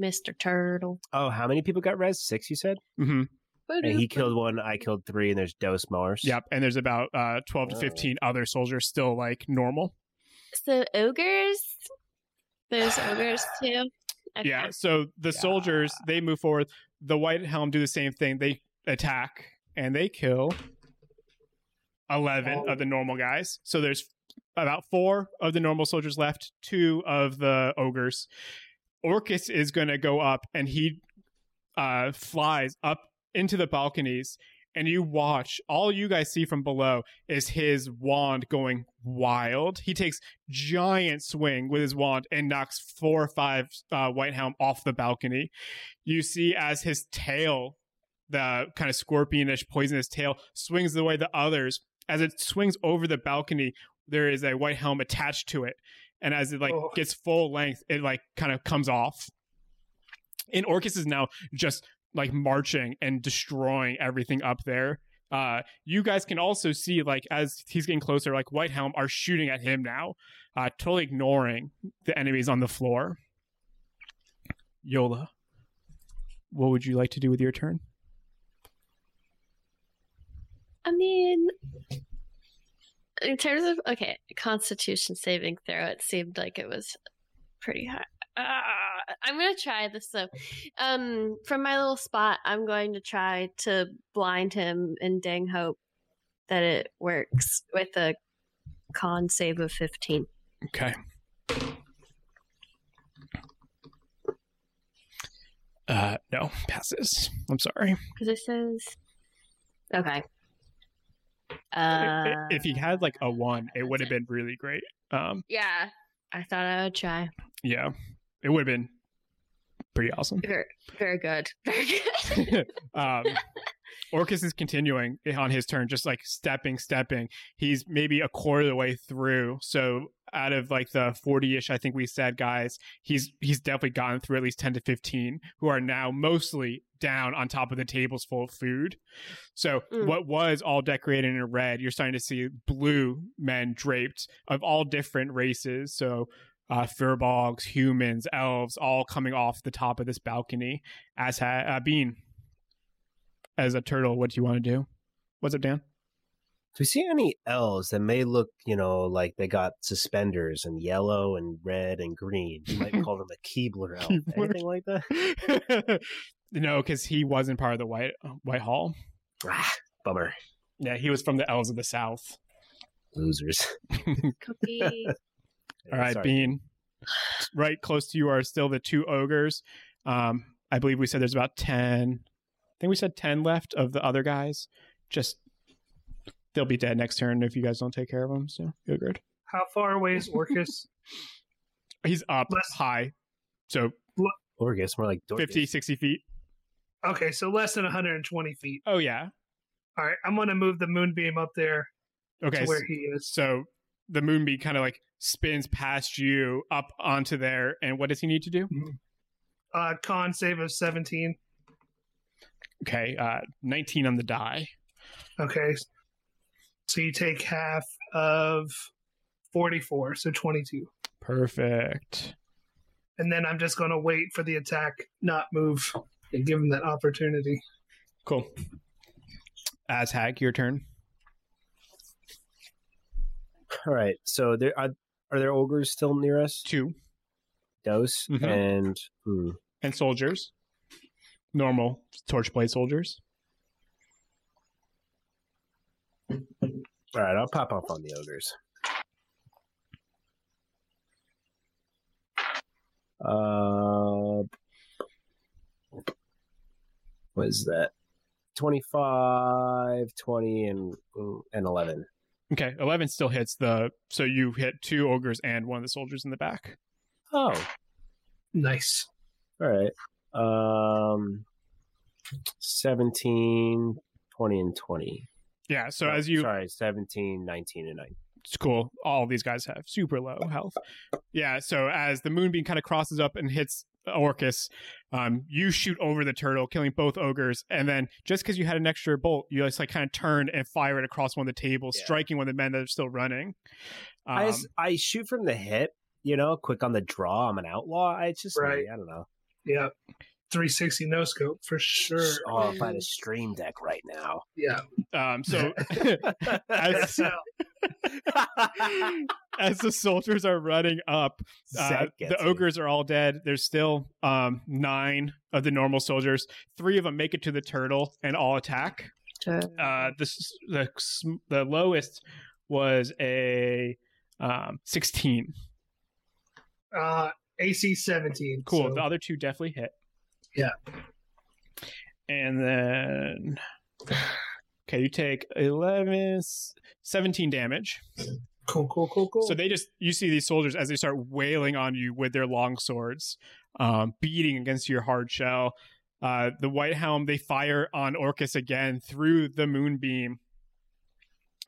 S5: Mr. Turtle.
S1: Oh, how many people got res? Six, you said.
S2: Mm-hmm.
S1: And he killed one. I killed three. And there's Dos Mowers.
S2: Yep, and there's about uh, 12 to
S1: Oh.
S2: 15 other soldiers still like normal.
S5: So ogres. There's ogres too. Okay.
S2: Yeah, so the soldiers they move forward. The white helm do the same thing. They attack and they kill 11 of the normal guys. So there's about 4 of the normal soldiers left, 2 of the ogres. Orcus is going to go up and he uh, flies up into the balconies and you watch all you guys see from below is his wand going wild he takes giant swing with his wand and knocks four or five uh, white helm off the balcony you see as his tail the kind of scorpionish poisonous tail swings the way the others as it swings over the balcony there is a white helm attached to it and as it like
S4: Oh.
S2: gets full length it like kind of comes off and orcus is now just like marching and destroying everything up there. Uh, you guys can also see like as he's getting closer, like White Helm are shooting at him now, uh, totally ignoring the enemies on the floor. Yola, what would you like to do with your turn?
S5: I mean, in terms of okay, Constitution saving throw, it seemed like it was pretty high. Ah, I'm gonna try this though. Um, from my little spot, I'm going to try to blind him and dang hope that it works with a con save of 15.
S2: Okay. Uh, no, passes. I'm sorry.
S5: Because it says, okay. Uh,
S2: if he had like a one, it would have been really great. Um,
S5: yeah, I thought I would try.
S2: Yeah, it would have been pretty awesome.
S5: Very, very good. Very good.
S2: um, Orcus is continuing on his turn, just like stepping, stepping. He's maybe a quarter of the way through. So out of like the forty-ish, I think we said guys, he's he's definitely gotten through at least ten to fifteen, who are now mostly down on top of the tables full of food. So
S5: Mm.
S2: what was all decorated in red, you're starting to see blue men draped of all different races. So. Uh, firbogs, humans, elves, all coming off the top of this balcony. As ha- uh, Bean, as a turtle, what do you want to do? What's up, Dan?
S1: Do we see any elves that may look, you know, like they got suspenders and yellow and red and green? You might call them a Keebler elf.
S2: Keebler.
S1: Anything like that?
S2: no, because he wasn't part of the White White Hall.
S1: Ah, bummer.
S2: Yeah, he was from the Elves of the South.
S1: Losers.
S5: Cookie.
S2: All right,
S1: Sorry.
S2: Bean. Right close to you are still the two ogres. Um, I believe we said there's about ten. I think we said ten left of the other guys. Just they'll be dead next turn if you guys don't take care of them. So you're good.
S4: How far away is Orcus?
S2: He's up
S4: Less-
S2: high, so
S1: Orgus, more like Dorcas.
S2: 50, 60 feet.
S4: okay, so less than 120 feet.
S2: Oh yeah.
S4: All right, I'm gonna move the moonbeam up there
S2: Okay.
S4: to where he is.
S2: So the moonbeam kind of like spins past you up onto there. And what does he need to do?
S4: Uh, con save of 17.
S2: Okay, uh, 19 on the die.
S4: Okay, so you take half of 44, so 22,
S2: Perfect.
S4: and then I'm just gonna wait for the attack, not move, and give him that opportunity.
S2: Cool. As Hag, your turn.
S1: All right. So there are, are there ogres still near us?
S2: Two.
S1: Dos
S2: Mhm.
S1: and hmm,
S2: And soldiers. Normal torchblade soldiers.
S1: all right, I'll pop up on the ogres. Uh, What is that? 25, 20, and and 11.
S2: Okay, eleven still hits the. So you hit two ogres and one of the soldiers in the back.
S1: Oh,
S4: Nice.
S1: all right. Um, 17, 20, and 20.
S2: Yeah. So
S1: No,
S2: as you,
S1: Sorry, 17, 19, and 9.
S2: it's cool. All these guys have super low health. Yeah. So as the moonbeam kind of crosses up and hits Orcus, um, you shoot over the turtle, killing both ogres, and then just because you had an extra bolt, you just like kind of turn and fire it across one of the tables,
S1: Yeah.
S2: striking one of the men that are still running. Um,
S1: I, just, I shoot from the hip, you know, quick on the draw. I'm an outlaw. I it's just, me.
S4: Right.
S1: I don't know.
S4: Yeah. 360 no scope for sure.
S1: Oh, if I had a stream deck right now.
S4: Yeah.
S2: um, so as uh, as the soldiers are running up, uh,
S1: Zach
S2: the
S1: gets me.
S2: ogres are all dead. There's still um, nine of the normal soldiers. Three of them make it to the turtle and all attack. Uh, the s- the sm- the lowest was a um, sixteen.
S4: Uh, AC 17.
S2: Cool.
S4: so-
S2: The other two definitely hit.
S4: Yeah.
S2: And then, okay, you take 11, s- 17 damage.
S4: cool, cool, cool, cool.
S2: So they just you see these soldiers as they start wailing on you with their long swords, um, beating against your hard shell. Uh, the White Helm they fire on Orcus again through the moonbeam.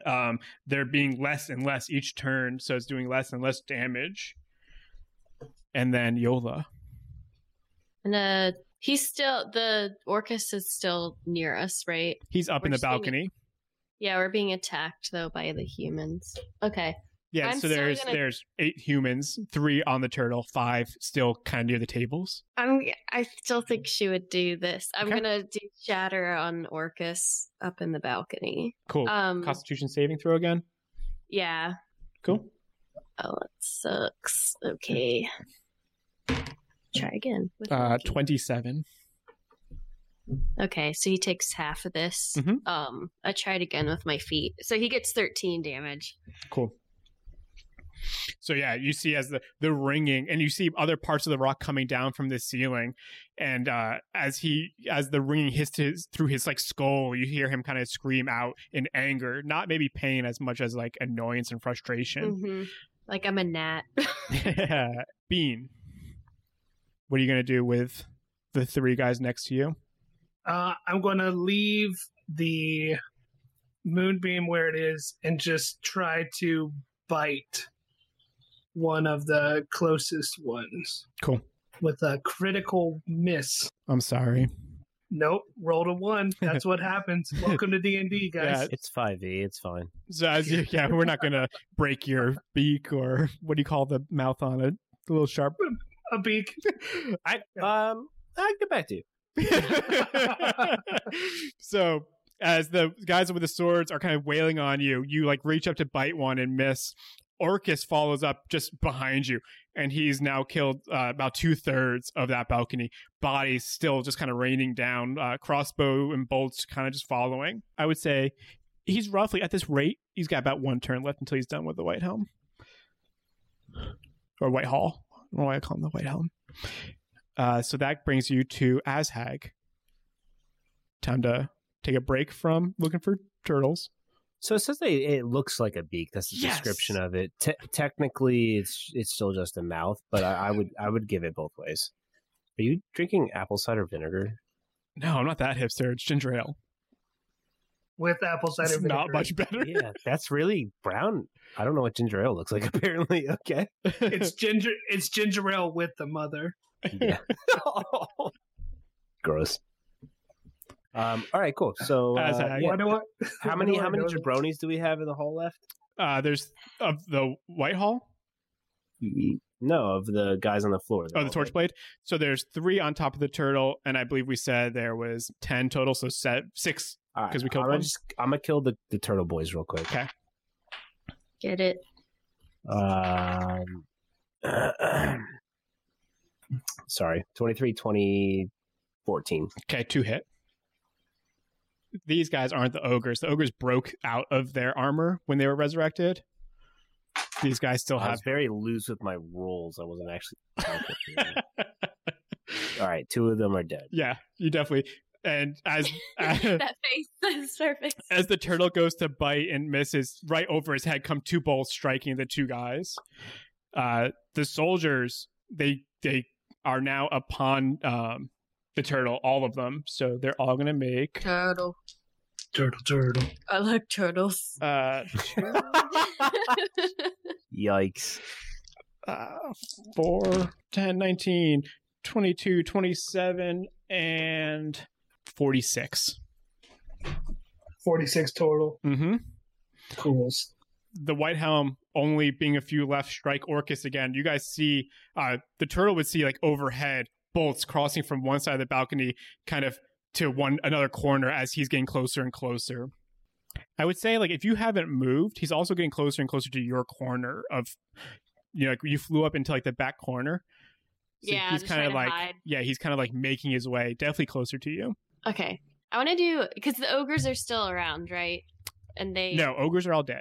S2: Um, they're being less and less each turn, so it's doing less and less damage. And then Yola.
S5: And uh, he's still the Orcus is still near us, right?
S2: He's up in
S5: We're
S2: the
S5: still-
S2: balcony.
S5: Yeah, we're being attacked though by the humans. Okay,
S2: Yeah,
S5: I'm
S2: so
S5: still
S2: there's
S5: gonna-
S2: there's eight humans, three on the turtle, five still kind of near the tables.
S5: I'm. I still think she would do this. I'm
S2: Okay.
S5: gonna do shatter on Orcus up in the balcony.
S2: Cool.
S5: Um,
S2: Constitution saving throw again.
S5: yeah.
S2: Cool.
S5: Oh, that sucks. Okay. Try again. with
S2: Uh,
S5: lucky.
S2: twenty-seven.
S5: Okay, so he takes half of this.
S2: Mhm.
S5: Um, I tried again with my feet, so he gets thirteen damage.
S2: Cool. So yeah, you see as the the ringing, and you see other parts of the rock coming down from the ceiling, and uh, as he as the ringing hits his through his like skull, you hear him kind of scream out in anger, not maybe pain as much as like annoyance and frustration.
S5: Mhm. Like I'm a gnat.
S2: Bean, what are you gonna do with the three guys next to you?
S4: Uh, I'm going to leave the moonbeam where it is and just try to bite one of the closest ones
S2: Cool.
S4: with a critical miss.
S2: I'm sorry.
S4: Nope, rolled a one. That's what happens. Welcome to D and D, guys.
S1: It's 5e. It's fine.
S2: So as you, yeah, we're not gonna break your beak or what do you call the mouth on a little sharp
S4: A beak.
S1: I um I'll get back to you.
S2: so as the guys with the swords are kind of wailing on you, you like reach up to bite one and miss. Orcus follows up just behind you, and he's now killed uh, about two thirds of that balcony. Bodies still just kind of raining down, uh, crossbow and bolts kind of just following. I would say he's roughly at this rate, he's got about one turn left until he's done with the White Helm or White Hall. I don't know why I call him the White Helm. Uh, so that brings you to Azhag. Time to take a break from looking for turtles.
S1: So it says that it looks like a beak. That's the
S2: Yes.
S1: description of it. Te- technically, it's it's still just a mouth, but I, I would I would give it both ways. Are you drinking apple cider vinegar?
S2: No, I'm not that hipster. It's ginger ale.
S4: with apple cider
S2: It's
S4: vinegar.
S2: not much better.
S1: Yeah, that's really brown. I don't know what ginger ale looks like. Apparently, okay.
S4: It's ginger. It's ginger ale with the mother.
S1: Yeah. Gross. Um. All right. Cool. So,
S2: As
S1: uh,
S2: I-
S1: yeah.
S4: Why do I?
S1: how
S4: why
S1: many
S4: do
S1: how
S4: I
S1: many
S4: know that?
S1: jabronis do we have in the hall left?
S2: uh, there's of the Whitehall.
S1: No, of the guys on the floor.
S2: Oh, the Torchblade. So there's three on top of the turtle, and I believe we said there was ten total, so set, six. 'Cause we killed
S1: I'm
S2: one.
S1: Gonna just, I'm gonna kill the, the turtle boys real quick.
S5: Get it?
S1: Um, sorry, 23, 20, 14.
S2: Okay, two hit. These guys aren't the ogres. The ogres broke out of their armor when they were resurrected. These guys still
S1: I
S2: have
S1: was very loose with my rolls. I wasn't actually. calculating. All right, two of them are dead.
S2: yeah, you definitely. and as
S5: that face, that's perfect.
S2: as the turtle goes to bite and misses right over his head come two bolts striking the two guys uh the soldiers they they are now upon um the turtle all of them so they're all gonna make
S3: Turtle.
S4: Turtle, turtle.
S3: I like turtles.
S2: uh,
S1: Yikes.
S2: uh 4 10 19 22 27 and 46
S4: 46 total.
S2: mm-hmm
S4: Cool.
S2: the White Helm only being a few left strike Orcus again. You guys see uh, the turtle would see like overhead bolts crossing from one side of the balcony kind of to one another corner as he's getting closer and closer. I would say like if you haven't moved, he's also getting closer and closer to your corner of you know like you flew up into like the back corner.
S5: Yeah,
S2: he's
S5: just
S2: kind
S5: trying
S2: of
S5: to
S2: like
S5: hide.
S2: yeah, he's kind of like making his way definitely closer to you.
S5: okay, I want to do because the ogres are still around, right? And they
S2: No, ogres are all dead.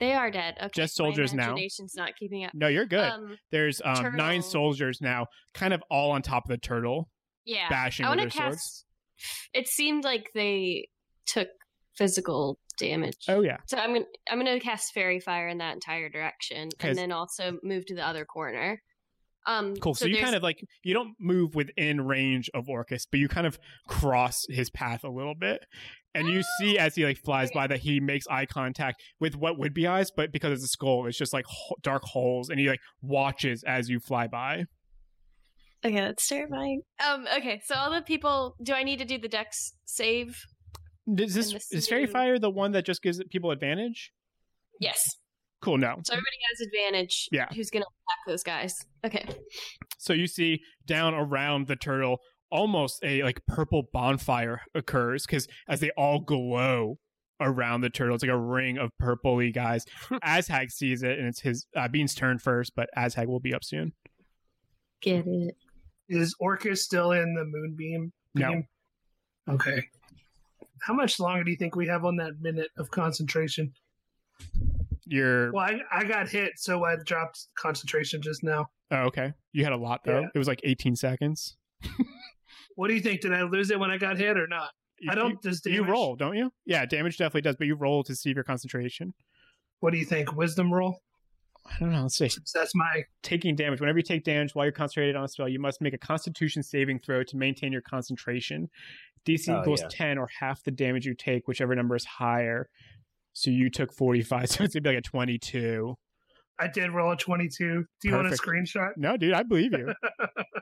S5: they are dead. Okay,
S2: Just soldiers
S5: My
S2: now.
S5: imagination's not keeping up.
S2: No, you're good.
S5: Um,
S2: There's um,
S5: turtle.
S2: nine soldiers now, kind of all on top of the turtle,
S5: yeah,
S2: bashing
S5: I
S2: with
S5: want
S2: their
S5: to
S2: swords.
S5: cast. It seemed like they took physical damage.
S2: Oh yeah.
S5: So I'm gonna I'm gonna cast fairy fire in that entire direction,
S2: Okay.
S5: and then also move to the other corner. Um,
S2: Cool. So, you
S5: there's-
S2: kind of like you don't move within range of Orcus, but you kind of cross his path a little bit. And you see as he like flies by that he makes eye contact with what would be eyes, but because it's a skull, it's just like ho- dark holes, and he like watches as you fly by.
S5: okay, that's terrifying. Um, okay, so all the people, do I need to do the Dex save?
S2: Is this
S5: And this
S2: is Fairy
S5: new-
S2: Fire the one that just gives people advantage?
S5: Yes.
S2: Cool. No.
S5: So everybody has advantage.
S2: Yeah.
S5: Who's gonna attack those guys? Okay.
S2: So you see down around the turtle, almost a like purple bonfire occurs because as they all glow around the turtle, it's like a ring of purpley guys. Azhag sees it, and it's his uh, Bean's turn first, but Azhag will be up soon.
S5: Get it.
S4: Is Orcus still in the moonbeam?
S2: No.
S4: beam? Okay. How much longer do you think we have on that minute of concentration?
S2: You're
S4: Well, I, I got hit, so I dropped concentration just now.
S2: oh, okay. You had a lot though.
S4: Yeah.
S2: It was like 18 seconds.
S4: What do you think? Did I lose it when I got hit or not?
S2: You,
S4: I don't. Does
S2: You, you
S4: damage-
S2: roll, don't you? Yeah, damage definitely does, but you roll to see if your concentration.
S4: What do you think? Wisdom roll?
S2: I don't know. Let's see.
S4: Since that's my
S2: taking damage. Whenever you take damage while you're concentrated on a spell, you must make a Constitution saving throw to maintain your concentration. DC
S1: Oh,
S2: equals
S1: yeah.
S2: ten or half the damage you take, whichever number is higher. So you took forty five, so it's gonna be like a twenty two.
S4: I did roll a 22. Do you want a
S2: Perfect.
S4: screenshot?
S2: No, dude, I believe you.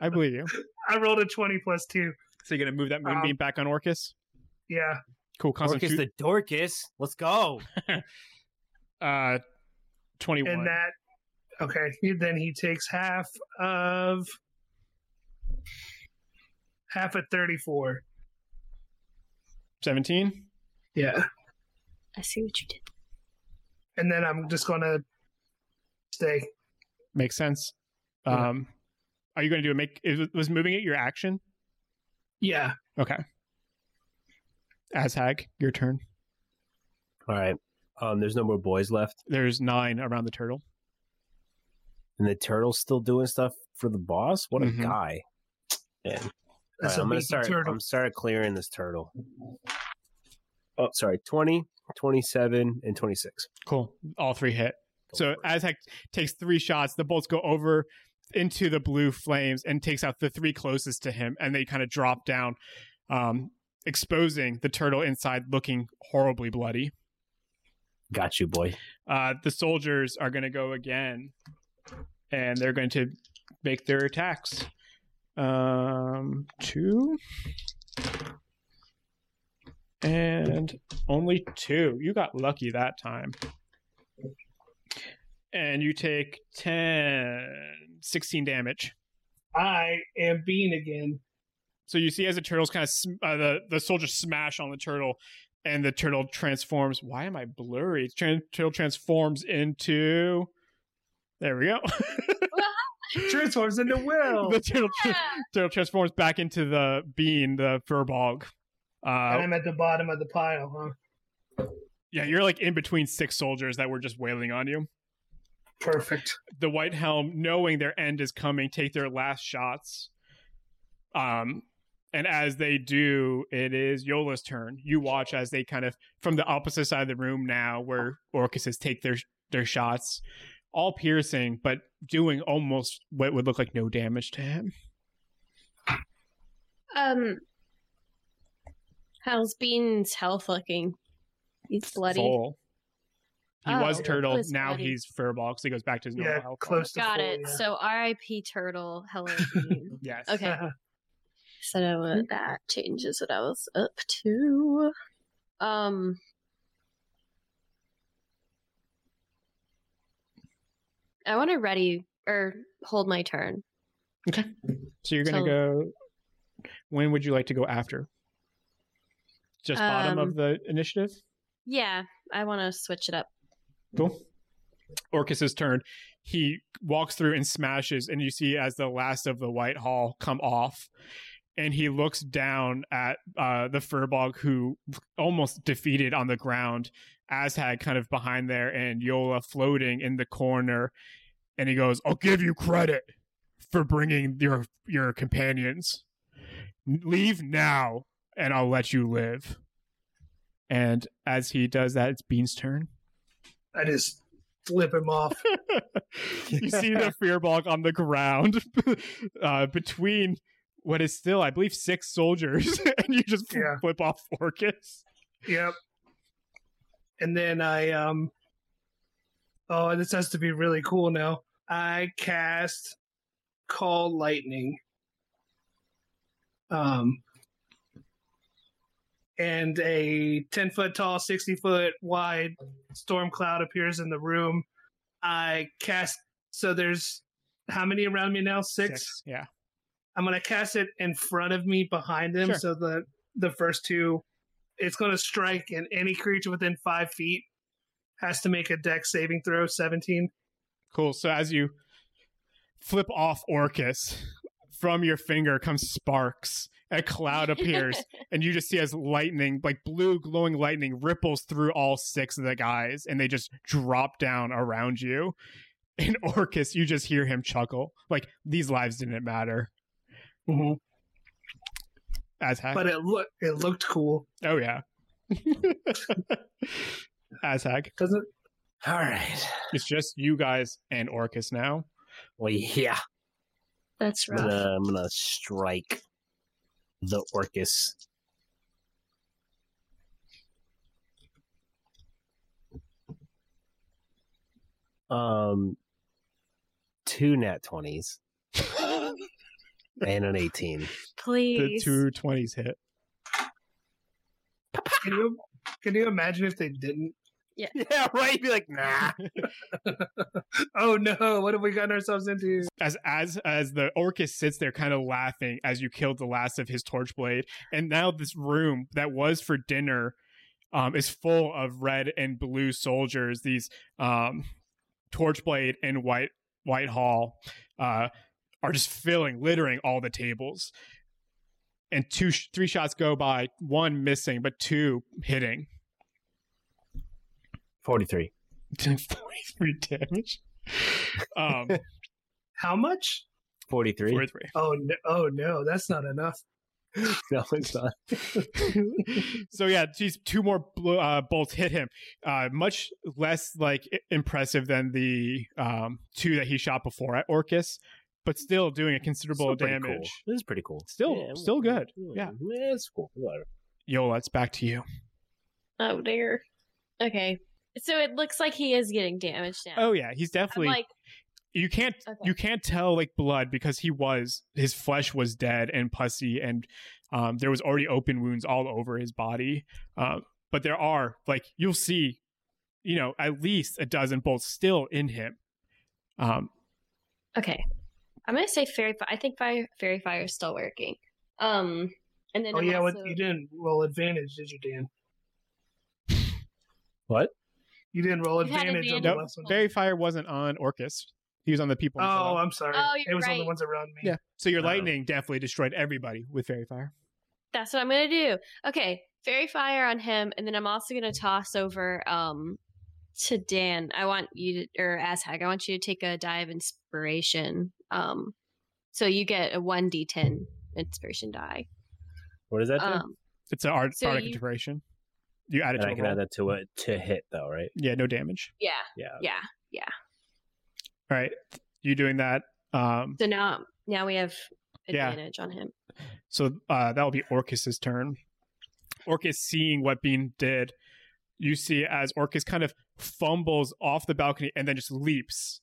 S2: I believe you.
S4: I rolled a 20 plus 2.
S2: So you're gonna move that moonbeam back on Orcus.
S4: Yeah.
S2: Cool,
S1: Dorcas
S2: Constitution
S1: the Dorcas. Let's go.
S2: uh, twenty
S4: And
S2: one.
S4: that, okay. he- Then he takes half of, half of 34.
S2: Seventeen.
S4: Yeah.
S5: I see what you did.
S4: And then I'm just going to stay.
S2: Makes sense.
S4: Yeah.
S2: Um, are you gonna do a make? Is, was moving it your action?
S4: Yeah.
S2: Okay. Azhag, your turn.
S1: All right. Um, there's no more boys left.
S2: There's nine around the turtle.
S1: And the turtle's still doing stuff for the boss? What a
S2: Mhm.
S1: guy. Man. All right,
S4: a
S1: I'm gonna
S4: beefy
S1: start.
S4: turtle.
S1: I'm start clearing this turtle. Oh, sorry, 20, 27, and 26.
S2: Cool. All three hit. So Azhek takes three shots. The bolts go over into the blue flames and takes out the three closest to him, and they kind of drop down, um, exposing the turtle inside, looking horribly bloody.
S1: got you, boy.
S2: Uh, the soldiers are going to go again, and they're going to make their attacks. Um, two. And only two. You got lucky that time. And you take 10, 16 damage.
S4: I am Bean again.
S2: So you see, as the turtles kind of sm- uh, the the soldiers smash on the turtle, and the turtle transforms. Why am I blurry? Tran turtle transforms into. There we go.
S4: Transforms into Will.
S2: the turtle, turtle transforms back into the bean, the furbog.
S4: and
S2: Uh,
S4: I'm at the bottom of the pile, huh?
S2: yeah, you're like in between six soldiers that were just wailing on you.
S4: Perfect.
S2: the White Helm, knowing their end is coming, take their last shots. Um, And as they do, it is Yola's turn. You watch as they kind of from the opposite side of the room now, where Orcuses take their their shots, all piercing, but doing almost what would look like no damage to him.
S5: Um, how's Bean's health looking? He's bloody.
S2: Full. He
S5: Oh,
S2: was turtle.
S5: was
S2: now
S5: bloody.
S2: he's furball, so he goes back to his normal
S4: Yeah,
S2: health.
S4: close to
S5: Got
S4: full,
S5: it.
S4: yeah.
S5: So R.I.P. Turtle. Hello. Bean.
S2: Yes.
S5: okay. So uh,
S4: Hmm.
S5: that changes what I was up to. Um. I want to ready or hold my turn.
S2: Okay. So you're gonna
S5: So-
S2: go. When would you like to go after? Just bottom
S5: Um,
S2: of the initiative.
S5: Yeah, I want to switch it up.
S2: Cool. Orcus's turn. He walks through and smashes, and you see as the last of the White Hall come off, and he looks down at uh, the Furbog who almost defeated on the ground, Azhag kind of behind there, and Yola floating in the corner, and he goes, "I'll give you credit for bringing your your companions. Leave now, and I'll let you live." And as he does that, it's Bean's turn.
S4: I just flip him off.
S2: you see the fearbog on the ground uh, between what is still, I believe, six soldiers, and you just
S4: Yeah.
S2: flip off Orcus.
S4: Yep. And then I um Oh, this has to be really cool now. I cast call lightning. Um and a 10 foot tall, 60 foot wide storm cloud appears in the room. I cast so there's how many around me now? 6
S2: yeah.
S4: I'm gonna cast it in front of me, behind him,
S2: Sure.
S4: so the the first two, it's gonna strike, and any creature within five feet has to make a deck saving throw, seventeen.
S2: Cool. So as you flip off Orcus, from your finger comes sparks. A cloud appears, and you just see as lightning, like blue glowing lightning, ripples through all six of the guys, and they just drop down around you. And Orcus, you just hear him chuckle, like these lives didn't matter. As hack,
S4: Mm-hmm. But it look it looked cool,
S2: oh yeah, as hack.
S4: doesn't?
S1: All right.
S2: It's just you guys and Orcus now.
S1: Well, yeah.
S5: That's
S1: I'm
S5: rough.
S1: gonna, I'm gonna strike the Orcus. Um, two nat twenties and an eighteen.
S2: The
S5: Please.
S2: two twenties hit.
S4: Can you can you imagine if they didn't?
S1: Yeah, right. Be like, nah.
S4: Oh no, what have we gotten ourselves into?
S2: as as as the Orcus sits there kind of laughing as you killed the last of his torch blade and now this room that was for dinner um is full of red and blue soldiers these um torchblade and white whitehall uh are just filling littering all the tables and two sh- three shots go by one missing but two hitting
S1: Forty-three.
S2: 43 damage um
S4: How much?
S1: Forty-three.
S2: 43
S4: Oh no, oh no, that's not enough.
S1: No, it's not.
S2: so yeah, geez, two more blo- uh, bolts hit him. Uh, much less like i- impressive than the um, two that he shot before at Orcus, but still doing a considerable
S1: Still pretty
S2: damage.
S1: Cool. This is pretty cool.
S2: Still- still good. Yeah.
S1: it's cool. Whatever.
S2: Yola, it's back to you.
S5: oh dear. Okay. So it looks like he is getting damaged now.
S2: Oh yeah, he's
S5: I'm
S2: definitely.
S5: like,
S2: you can't
S5: okay.
S2: you can't tell like blood because he was his flesh was dead and pussy and um, there was already open wounds all over his body um, but there are like you'll see you know at least a dozen bolts still in him um,
S5: Okay. I'm gonna say fairy fire. I think fire, fairy fire is still working. Um, and then
S4: oh
S5: I'm
S4: yeah,
S5: also,
S4: what you didn't roll advantage, did you, Dan?
S1: What?
S4: You didn't roll
S5: You had
S4: advantage on the
S2: Nope.
S4: last one.
S2: Fairy Fire wasn't on Orcus. He was on the people.
S4: Oh,
S2: below.
S4: I'm sorry.
S5: Oh, you're
S4: it was on the
S5: right.
S4: ones around me.
S2: yeah. So your
S1: Oh.
S2: lightning definitely destroyed everybody with Fairy Fire.
S5: that's what I'm gonna do. Okay, fairy fire on him, and then I'm also gonna toss over um to Dan. I want you to, or Azhag, I want you to take a dive inspiration. Um, so you get a one d10 inspiration die.
S6: What does that
S1: Uh,
S6: do?
S5: Um,
S2: It's an art,
S5: So
S2: bardic
S5: you-
S2: inspiration. You add it
S6: and
S2: to
S6: I
S2: a
S6: can
S2: roll.
S6: add that to a to hit though, right?
S2: Yeah, no damage.
S5: yeah,
S6: Yeah.
S5: yeah.
S2: All right, you doing that? Um,
S5: So now, now we have
S2: Yeah.
S5: advantage on him.
S2: so uh, that will be Orcus's turn. Orcus seeing what Bean did, you see as Orcus kind of fumbles off the balcony and then just leaps.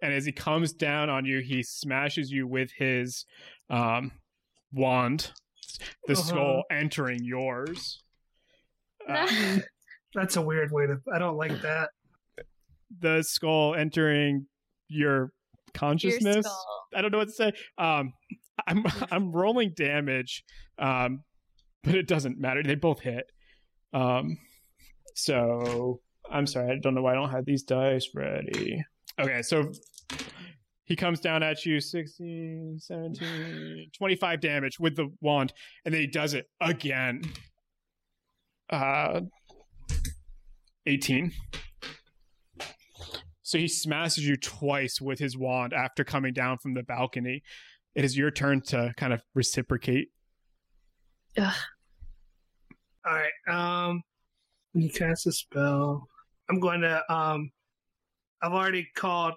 S2: And as he comes down on you, he smashes you with his um, wand, the
S4: Uh-huh.
S2: skull entering yours. Uh,
S4: That's a weird way to. I don't like that.
S2: the skull entering your
S5: Your
S2: consciousness.
S5: skull.
S2: I don't know what to say. Um, I'm I'm rolling damage, um, but it doesn't matter. They both hit. Um, so I'm sorry. I don't know why I don't have these dice ready. Okay, so he comes down at you 16, 17, 25 damage with the wand, and then he does it again. Uh, 18. So he smashes you twice with his wand after coming down from the balcony. It is your turn to kind of reciprocate.
S4: All right. Um, when you cast a spell, I'm going to. Um, I've already called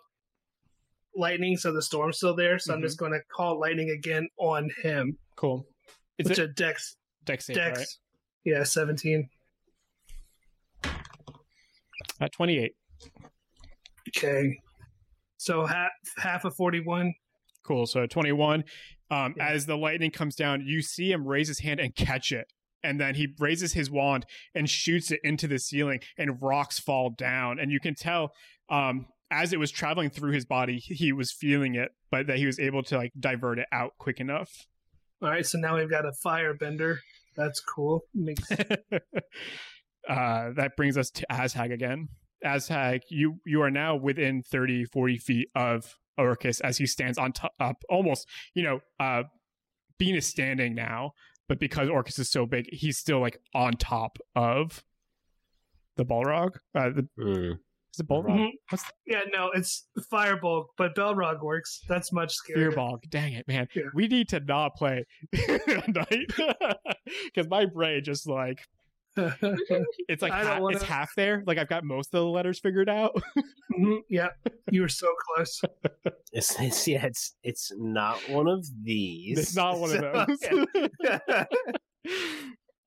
S4: lightning, so the storm's still there. So I'm
S2: Mm-hmm.
S4: just going to call lightning again on him.
S2: Cool. Is
S4: It's
S2: it
S4: a Dex.
S2: Dex save,
S4: Dex.
S2: right?
S4: Yeah, seventeen.
S2: Uh, 28.
S4: Okay. So half half of forty-one.
S2: Cool. So 21. Um,
S4: Yeah.
S2: As the lightning comes down, you see him raise his hand and catch it. And then he raises his wand and shoots it into the ceiling, and rocks fall down. And you can tell um, as it was traveling through his body, he was feeling it, but that he was able to like divert it out quick enough.
S4: All right. So now we've got a firebender. That's cool. Makes
S2: uh, that brings us to Azhag again. Azhag, you you are now within 30, 40 feet of Orcus as he stands on top, up almost, you know, uh, Bean is standing now, but because Orcus is so big, he's still like on top of the Balrog. Uh, the,
S1: Hmm.
S6: Mm.
S2: is it Balrog?
S4: Mhm.
S2: What's
S4: Yeah, no, it's Firebolt, but Belrog works. That's much scarier.
S2: Fearbog. Dang it, man.
S4: Yeah.
S2: We need to not play at night because my brain just like,
S4: Mm-hmm,
S2: it's like,
S4: I don't
S2: ha-
S4: wanna-
S2: it's half there. Like I've got most of the letters figured out.
S4: Mhm, yeah, you were so close.
S1: It's, it's yeah, it's it's not one of these.
S2: It's not one of
S1: So-
S2: those.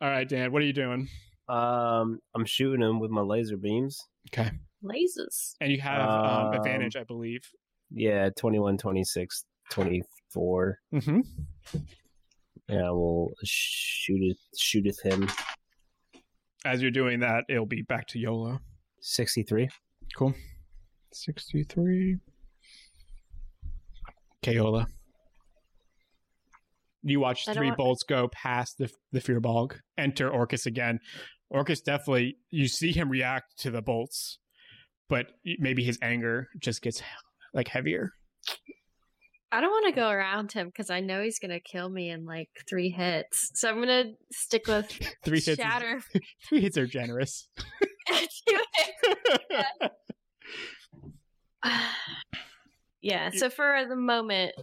S2: All right, Dan, what are you doing?
S1: um, I'm shooting him with my laser beams.
S5: Lasers.
S2: And you have um,
S1: Um,
S2: advantage, I believe.
S1: Yeah, 21, 26, 24.
S2: Mm-hmm.
S1: And I will shoot it, shooteth him.
S2: As you're doing that, it'll be back to Yola.
S1: 63.
S2: Cool. 63. Okay, Yola. You watch
S5: I don't
S2: three
S5: want-
S2: bolts go past the, the fear bog, enter Orcus again. Orcus definitely, you see him react to the bolts, but maybe his anger just gets like heavier.
S5: I don't want to go around him because I know he's gonna kill me in like three hits. So I'm gonna stick with
S2: Three hits. is-
S5: shatter.
S2: Three hits are generous.
S5: yeah. So for the moment,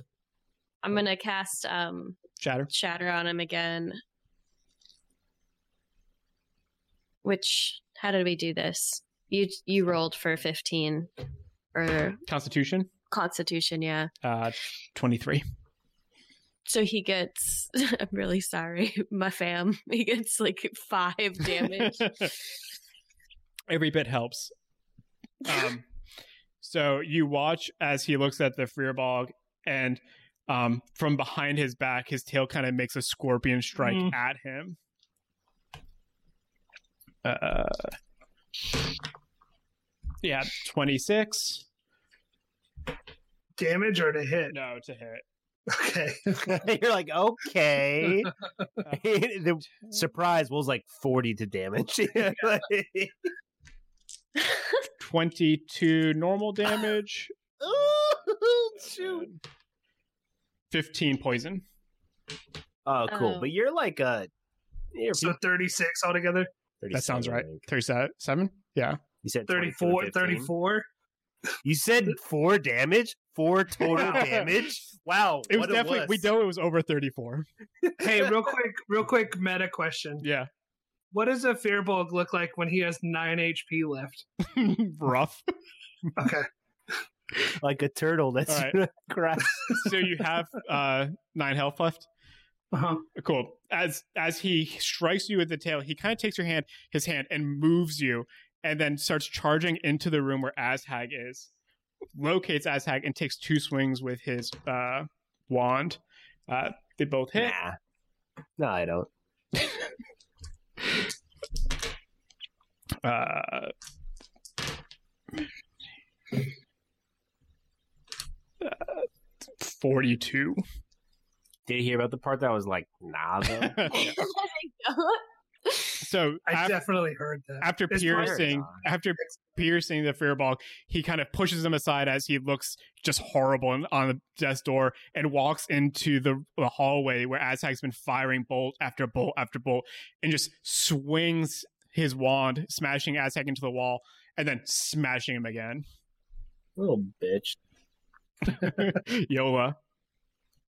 S5: I'm gonna cast um
S2: Shatter.
S5: shatter on him again. Which how did we do this? You you rolled for 15 or
S2: Constitution.
S5: Constitution, yeah.
S2: Uh, twenty-three.
S5: So he gets. I'm really sorry, my fam. He gets like five damage.
S2: Every bit helps. Um, so you watch as he looks at the Fearbog, and um, from behind his back, his tail kind of makes a scorpion strike
S4: Mhm.
S2: at him. Uh, yeah, twenty-six.
S4: Damage or to hit?
S2: No, to hit.
S4: Okay.
S1: You're like, okay. the surprise was like 40 to damage.
S2: Twenty-two normal damage.
S1: Oh, Ooh, shoot.
S2: and Fifteen poison.
S1: Oh, cool.
S5: Oh.
S1: But you're like a. You're
S4: So 36 altogether?
S2: That sounds
S1: 37,
S2: right.
S1: I think.
S2: Thirty-seven. Yeah.
S1: You said
S4: 34?
S1: 34,
S4: 34?
S1: You said four damage?
S7: four total damage. Wow,
S2: It was
S7: what
S2: definitely we know it was over thirty four.
S4: hey, real quick, real quick, meta question.
S2: Yeah,
S4: What does a Fearbog look like when he has nine HP left?
S2: rough.
S4: Okay.
S7: like a turtle that's
S2: All right.
S7: gonna cry.
S2: so you have uh nine health left.
S4: Uh-huh.
S2: Cool. As as he strikes you with the tail, he kind of takes your hand, his hand, and moves you, and then starts charging into the room where Azhag is. Locates Azhag and takes two swings with his uh wand. Uh, they both hit.
S6: Nah.
S7: No, I don't.
S2: Uh, Uh, Forty-two.
S6: Did you hear about the part that was like, nah, though?
S2: So
S4: I
S2: af-
S4: definitely heard that.
S2: after
S4: It's probably
S2: piercing
S6: not.
S2: after piercing the fireball he kind of pushes him aside as he looks just horrible on- on the death door and walks into the, the hallway where azhag's been firing bolt after bolt after bolt and just swings his wand smashing azhag into the wall and then smashing him again
S6: Little bitch.
S2: yola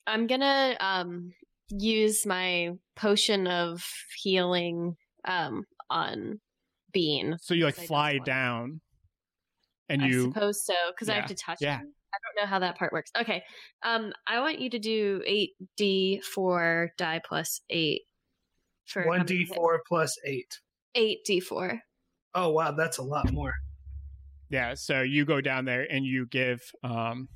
S5: I'm gonna um use my potion of healing um on Bean.
S2: so you like
S5: I don't
S2: fly
S5: want-
S2: down and
S5: I
S2: you
S5: suppose so, because I
S2: Yeah,
S5: have to touch
S2: yeah.
S5: him. I don't know how that part works. Okay. Um I want you to do eight D four die plus eight for how
S4: one
S5: many
S4: D
S5: hits?
S4: four plus eight.
S5: Eight D four.
S4: Oh wow, that's a lot more.
S2: Yeah, so you go down there and you give um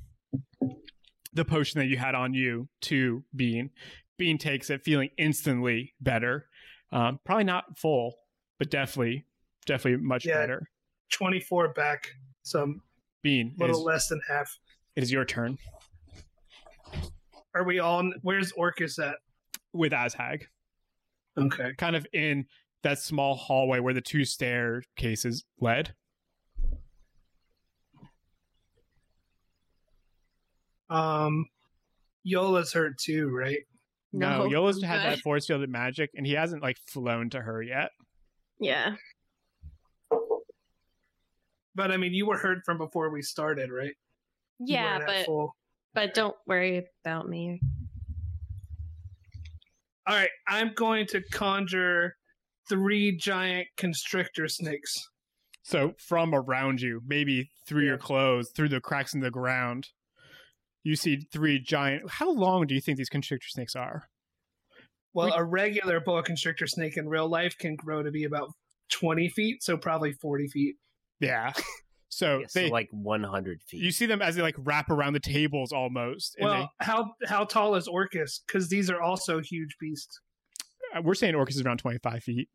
S2: the potion that you had on you to Bean. Bean takes it, feeling instantly better. Um, probably not full, but definitely, definitely much
S4: Yeah.
S2: better.
S4: Twenty four back, so I'm
S2: Bean,
S4: a
S2: it is,
S4: little less than half.
S2: it is your turn
S4: Are we all? Where's Orcus at?
S2: with Azhag,
S4: Okay.
S2: kind of in that small hallway where the two staircases led.
S4: Um, Yola's hurt too, right?
S2: No,
S5: No,
S2: Yola's
S5: I'm
S2: had
S5: good.
S2: that force field of magic, and he hasn't like flown to her yet.
S5: Yeah.
S4: But I mean, you were hurt from before we started, right? You
S5: Yeah,
S4: weren't at
S5: but
S4: full.
S5: but don't worry about me.
S4: all right, I'm going to conjure three giant constrictor snakes.
S2: So from around you, maybe through your
S4: Yeah.
S2: clothes, through the cracks in the ground, you see three giant. How long do you think these constrictor snakes are?
S4: Well, a regular boa constrictor snake in real life can grow to be about 20 feet, so probably 40 feet.
S2: Yeah. So
S6: Yeah, so
S2: they
S6: like 100 feet.
S2: you see them as they like wrap around the tables almost. And
S4: Well, how how tall is Orcus? Because these are also huge beasts.
S2: they, uh, we're saying Orcus is around twenty five feet.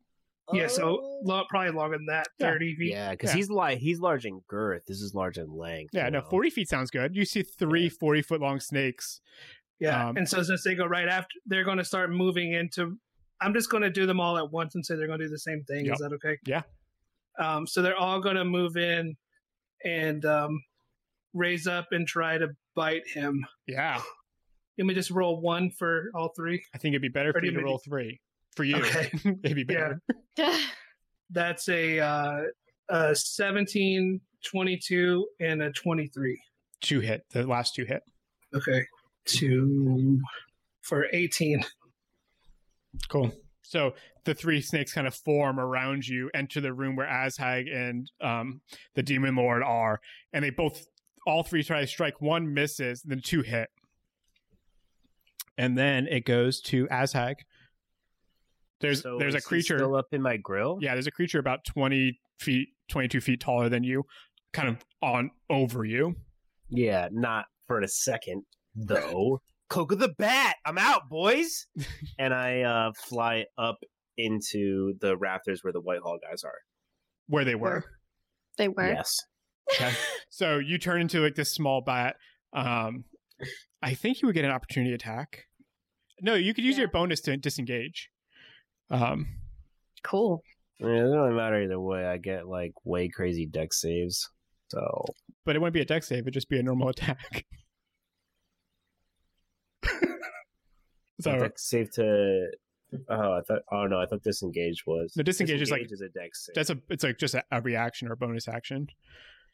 S4: Yeah, so lo- probably longer than that,
S2: Yeah.
S4: 30 feet.
S6: Yeah, because
S2: Yeah.
S6: he's like he's large in girth. This is large in length.
S2: Yeah,
S6: you
S2: no,
S6: know?
S2: forty feet sounds good. You see three 40 foot long snakes.
S4: Yeah.
S2: Um,
S4: and so since they go right after, they're going to start moving into. I'm just going to do them all at once and say they're going to do the same thing.
S2: Yep.
S4: Is that okay?
S2: Yeah.
S4: Um, so they're all going to move in and um, raise up and try to bite him.
S2: Yeah,
S4: Let me just roll one for all three.
S2: I think it'd be better for
S4: Pretty
S2: you to
S4: many-
S2: roll three for you.
S4: Okay.
S2: It'd be better.
S4: That's a, uh, a 17, 22, and a 23.
S2: Two hit the last two hit.
S4: Okay. Two for 18.
S2: Cool. So the three snakes kind of form around you, enter the room where Azhag and um, the Demon Lord are, and they both, all three try to strike. One misses, then two hit. And then it goes to Azhag. There's
S6: So
S2: there's a
S6: is he
S2: creature.
S6: still up in my grill.
S2: yeah, there's a creature about twenty feet, twenty two feet taller than you, kind of on over you.
S6: Yeah, not for a second though. Coco the bat. I'm out, boys. and I uh, fly up into the rafters where the Whitehall guys are.
S2: Where they were.
S5: They were.
S6: Yes.
S2: So you turn into like this small bat. Um, I think you would get an opportunity attack. No, you could use
S5: Yeah.
S2: your bonus to disengage. Um,
S5: Cool.
S6: I mean, it doesn't matter either way. I get like way crazy deck saves. So
S2: but it wouldn't be a deck save; it'd just be a normal attack. so
S6: deck save to. Oh, I thought. Oh no, I thought disengage was.
S2: No, disengage is like-
S6: Disengage a deck save.
S2: that's a it's like just a, a reaction or a bonus action.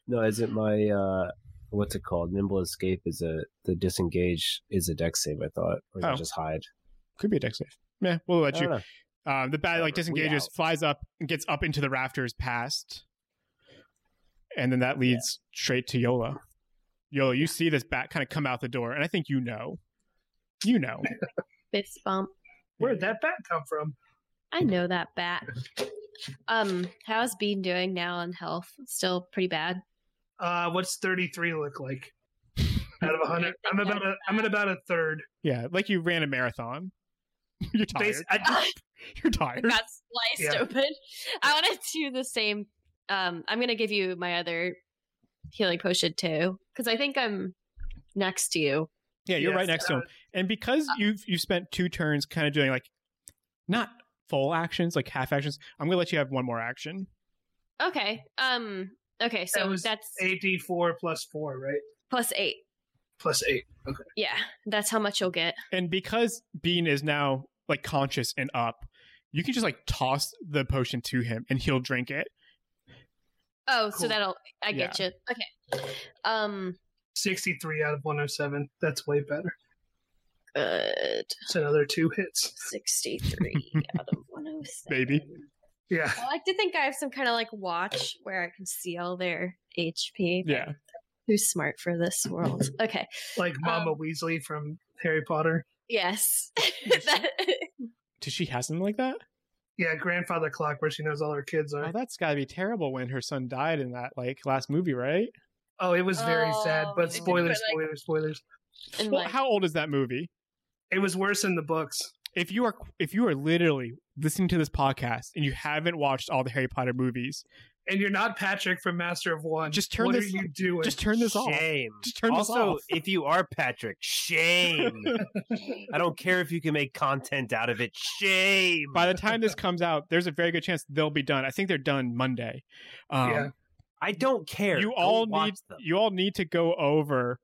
S6: No, isn't my uh
S1: what's it called? Nimble escape is a the disengage is a deck save. I thought, or is it
S2: Oh.
S1: just hide.
S2: Could be a deck save. Yeah, we'll
S1: I
S2: let you.
S1: don't know.
S2: Um, the bat like
S1: Whatever. We
S2: disengages,
S1: out.
S2: flies up, and gets up into the rafters past, and then that leads straight to Yola. Yola, you see this bat kind of come out the door, and I think you know, you know.
S5: Fist bump.
S4: Where'd that bat come from?
S5: I know that bat. Um, how's Bean doing now on health? Still pretty bad.
S4: Uh, what's 33 look like? Out of 100, I'm about a, I'm at about a third.
S2: Yeah, like you ran a marathon. You're tired.
S4: Basi- I just-
S2: You're tired.
S5: got sliced
S4: Yeah.
S5: open. I want to do the same. Um, I'm gonna give you my other healing potion too, because I think I'm next to you.
S2: Yeah, you're
S4: yes,
S2: right next to him. And because you've you've spent two turns kind of doing like not full actions, like half actions, I'm gonna let you have one more action.
S5: Okay. Um. Okay. So
S4: That was
S5: that's
S4: AD four plus four, right?
S5: plus eight.
S4: Plus eight. Okay.
S5: Yeah, that's how much you'll get.
S2: And because Bean is now like conscious and up, you can just like toss the potion to him and he'll drink it.
S5: Oh, so
S4: Cool.
S5: that'll I get you. Okay. Um.
S4: 63 out of 107. That's way better.
S5: Good.
S4: It's another two hits.
S5: Sixty-three out of one hundred seven.
S2: Maybe.
S4: Yeah.
S5: I like to think I have some kind of like watch where I can see all their HP.
S2: Yeah.
S5: Who's smart for this world? Okay.
S4: Like
S2: Um,
S4: Mama Weasley from Harry Potter.
S5: Yes. That-
S2: Does she have something like that?
S4: Yeah, grandfather clock where she knows all her kids are.
S2: Oh, that's gotta be terrible when her son died in that like last movie, right?
S4: Oh, it was very sad,
S5: Oh,
S4: but
S5: they did
S4: spoilers,
S5: put, like-
S4: spoilers, spoilers.
S5: and
S2: Well,
S5: like,
S2: how old is that movie?
S4: It was worse in the books.
S2: if you are if you are literally listening to this podcast and you haven't watched all the Harry Potter movies,
S4: And you're not Patrick from Master of One.
S2: Just turn
S4: what
S2: this-
S4: are you doing?
S2: just turn this off.
S6: Shame.
S2: Just turn this
S6: also,
S2: off.
S6: if you are Patrick, shame. I don't care if you can make content out of it. Shame.
S2: By the time this comes out, there's a very good chance they'll be done. I think they're done Monday.
S4: Yeah.
S2: Um,
S6: I don't care.
S2: You
S6: Go
S2: all
S6: watch
S2: need
S6: them.
S2: you all need to go over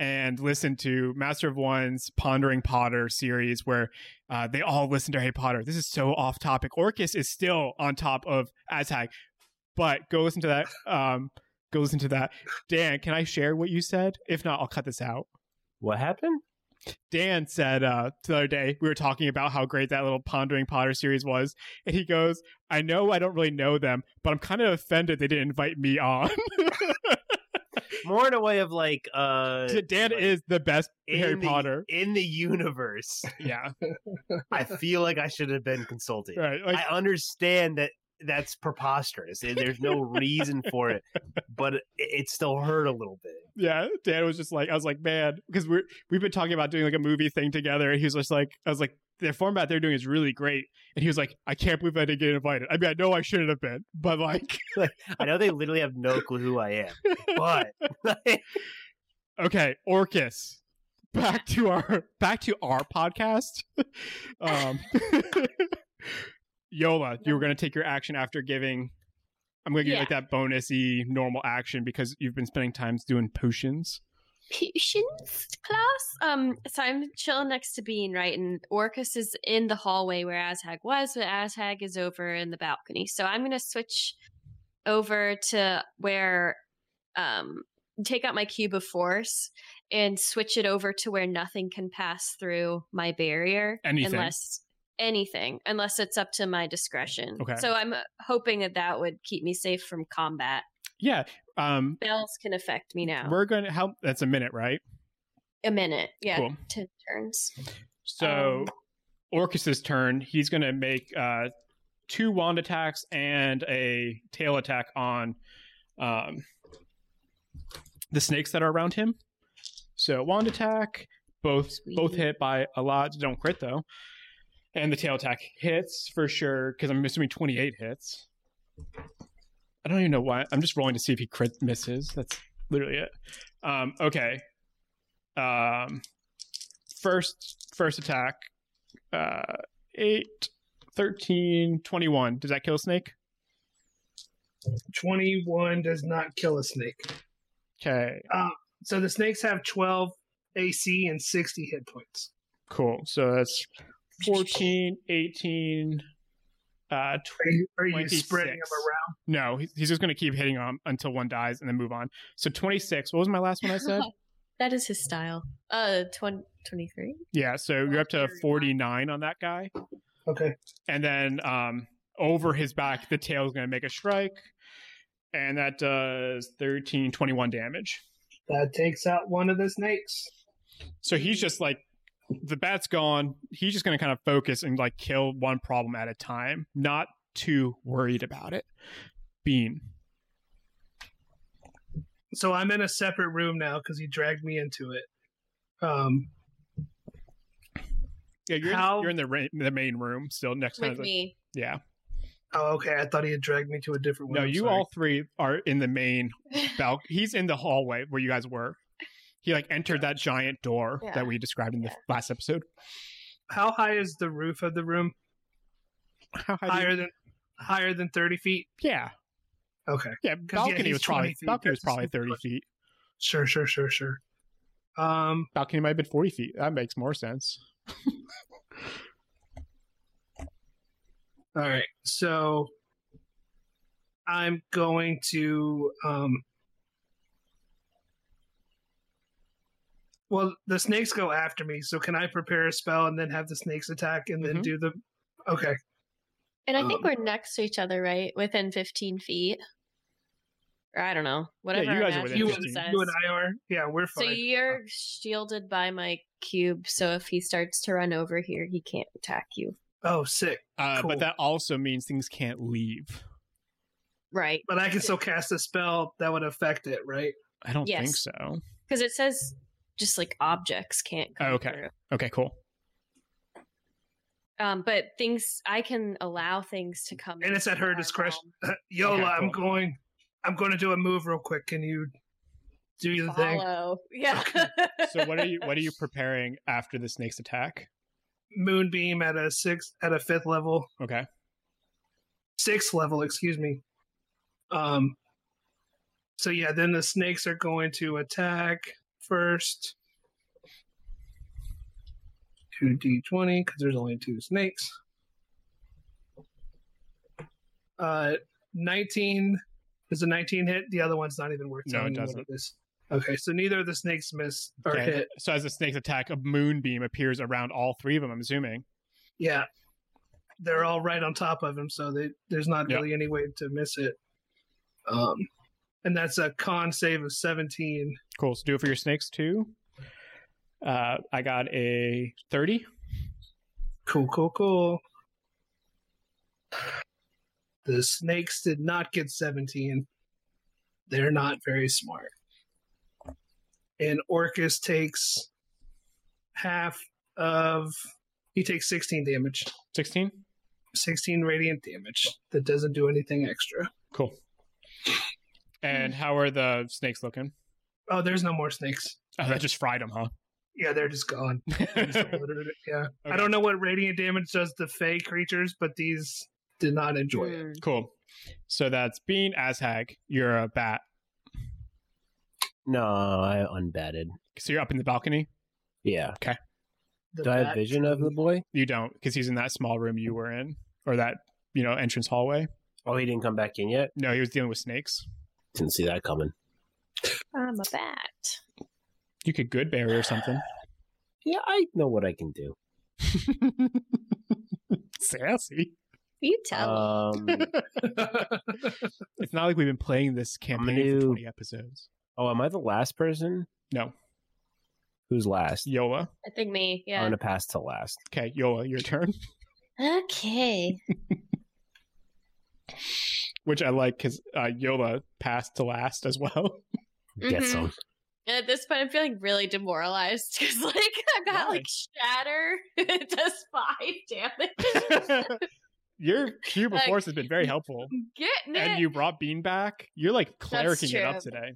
S2: and listen to Master of One's Pondering Potter series where uh, they all listen to Harry Potter. This is so off topic. Orcus is still on top of Aztag, but go listen to that. Um, go listen to that. Dan, can I share what you said? If not, I'll cut this out.
S6: What happened?
S2: Dan said uh, the other day we were talking about how great that little Pondering Potter series was, and he goes, "I know I don't really know them, but I'm kind of offended they didn't invite me on."
S6: More in a way of like uh
S2: Dan
S6: like,
S2: is the best
S6: in
S2: Harry
S6: the-
S2: Potter.
S6: in the universe.
S2: Yeah,
S6: I feel like I should have been consulted.
S2: right. Like,
S6: I understand that that's preposterous. and There's no reason for it, but it, it still hurt a little bit.
S2: yeah, Dan was just like, I was like, man, because we're we've been talking about doing like a movie thing together, and he was just like, I was like, the format they're doing is really great, and he was like, I can't believe I didn't get invited. I mean, I know I shouldn't have been, but like,
S6: I know they literally have no clue who I am, but like,
S2: okay, Orcus. Back to our back to our podcast. Um Yola, you were gonna take your action after giving I'm gonna give you like that bonusy normal action because you've been spending times doing potions.
S5: patience class. Um, so I'm chilling next to Bean, right? And Orcus is in the hallway where Azhag was, but Azhag is over in the balcony. So I'm gonna switch over to where um take out my cube of force and switch it over to where nothing can pass through my barrier
S2: Anything.
S5: unless anything unless it's up to my discretion
S2: Okay.
S5: so i'm uh, hoping that that would keep me safe from combat
S2: Yeah. Um
S5: bells can affect me now
S2: we're gonna how that's a minute, right?
S5: a minute yeah
S2: Cool.
S5: 10 turns
S2: So
S5: Um,
S2: Orcus's turn, he's gonna make uh two wand attacks and a tail attack on um the snakes that are around him. So wand attack, both
S5: Sweet.
S2: both hit by a lot, don't crit though. And the tail attack hits for sure, because I'm assuming 28 hits. I don't even know why. I'm just rolling to see if he crit misses. That's literally it. Um, okay. Um, first first attack uh 8 13 21 does that kill a snake
S4: 21 does not kill a snake.
S2: okay
S4: So the snakes have 12 AC and 60 hit points.
S2: cool so that's 14 18 Uh,
S4: Are you spreading them
S2: 26.
S4: around?
S2: No, he- he's just going to keep hitting him until one dies and then move on. So 26. What was my last one I said?
S5: that is his style. Uh, 20, 23?
S2: yeah, so you're up to 49 on that guy.
S4: Okay.
S2: And then um, over his back, the tail is going to make a strike. And that does 13, 21 damage.
S4: That takes out one of the snakes.
S2: So he's just like, the bat's gone. He's just going to kind of focus and like kill one problem at a time, not too worried about it. Bean.
S4: so I'm in a separate room now because he dragged me into it. Um,
S2: Yeah, you're, in,
S4: How-
S2: you're in the, ra- the main room still next time.
S5: With me.
S2: Yeah.
S4: oh, okay. I thought he had dragged me to a different one.
S2: No,
S4: I'm
S2: you
S4: sorry.
S2: all three are in the main balcony. He's in the hallway where you guys were. He like entered that giant door
S5: Yeah.
S2: that we described in the
S5: Yeah.
S2: last episode.
S4: How high is the roof of the room?
S2: How high do you-
S4: Higher than higher than thirty feet.
S2: yeah,
S4: Okay.
S2: yeah.
S4: yeah,
S2: Balcony
S4: he's
S2: was probably
S4: 20 feet,
S2: balcony was
S4: that's the
S2: probably
S4: same
S2: thirty
S4: question.
S2: feet.
S4: Sure. Sure. Sure. Sure. Um.
S2: Balcony might have been forty feet. That makes more sense.
S4: All right. So I'm going to um Well, the snakes go after me, so can I prepare a spell and then have the snakes attack and then
S2: Mhm.
S4: do the Okay.
S5: And I think
S4: Um,
S5: we're next to each other, right? Within 15 feet. Or I don't know. Whatever.
S2: you
S5: our
S2: guys are
S5: magic
S2: within
S4: You,
S5: room
S4: and-
S2: 15.
S5: says.
S4: you and I are. Yeah, we're
S5: So
S4: fine.
S5: you're shielded by my cube, so if he starts to run over here, he can't attack you.
S4: oh, sick.
S2: Uh,
S4: Cool.
S2: But that also means things can't leave.
S5: Right.
S4: But I can still cast a spell that would affect it, right?
S2: I don't think
S5: Yes.
S2: so.
S5: Because it says just like objects can't come
S2: Oh, okay.
S5: through.
S2: Okay, cool.
S5: Um, but things I can allow things to come
S4: And it's
S5: into
S4: at her
S5: our
S4: discretion.
S5: realm.
S4: Yola,
S2: Okay,
S4: I'm
S2: cool.
S4: going I'm going to do a move real quick. Can you do the thing?
S5: Follow. Yeah.
S2: So what are you what are you preparing after the snake's attack?
S4: Moonbeam at a sixth at a fifth level.
S2: Okay.
S4: sixth level, excuse me. Um so yeah, then the snakes are going to attack first. 2d20 cuz there's only two snakes. Uh 19 is a 19 hit. The other one's not even worth
S2: No,
S4: telling
S2: it
S4: you what
S2: doesn't.
S4: it is. Okay, so neither of the snakes miss or
S2: okay.
S4: hit.
S2: So as the snake's attack, a moonbeam appears around all three of them. I'm assuming.
S4: Yeah. They're all right on top of him, so they, there's not
S2: Yeah.
S4: really any way to miss it. Um, and that's a con save of 17.
S2: Cool. So do it for your snakes too. Uh, I got a 30.
S4: Cool, cool, cool. The snakes did not get 17. They're not very smart. And Orcus takes half of. He takes 16 damage,
S2: 16.
S4: 16 radiant damage. That doesn't do anything extra.
S2: Cool. And how are the snakes looking?
S4: Oh, there's no more snakes.
S2: Oh, that just fried them, huh?
S4: Yeah, they're just gone. yeah. I don't know what radiant damage does to fey creatures, but these did not enjoy it.
S5: Mm.
S2: Cool. So that's Bean, Azhag. You're a bat.
S6: No, I unbatted.
S2: So you're up in the balcony?
S6: Yeah.
S4: The
S6: Do I have
S4: bat-
S6: vision of the boy?
S2: You don't, because he's in that small room you were in, or that, you know, entrance hallway.
S6: Oh, he didn't come back in yet.
S2: No, he was dealing with snakes.
S6: Didn't see that coming.
S5: Hmm. I'm a bat.
S2: You could good berry or something.
S6: Yeah, I know what I can do.
S2: Sassy.
S5: You tell
S2: Uh,
S5: me.
S6: Um,
S2: It's not like we've been playing this campaign
S6: do-
S2: for 20 episodes.
S6: oh, am I the last person?
S2: No.
S6: Who's last?
S2: Yola.
S5: I think me.
S6: I'm
S5: Yeah.
S6: gonna pass to last.
S2: Okay, Yola, your turn.
S5: okay.
S2: Which I like because uh, Yola passed to last as well.
S6: Get
S8: Mm-hmm.
S5: Mhm.
S6: some.
S5: And at this point, I'm feeling really demoralized because, like, I got
S2: Why?
S5: like shatter. it does five damage.
S2: Your cube of
S5: Like-
S2: force has been very helpful.
S5: Getting it.
S2: And you brought Bean back. You're like
S5: That's
S2: clericking it up
S5: true.
S2: today.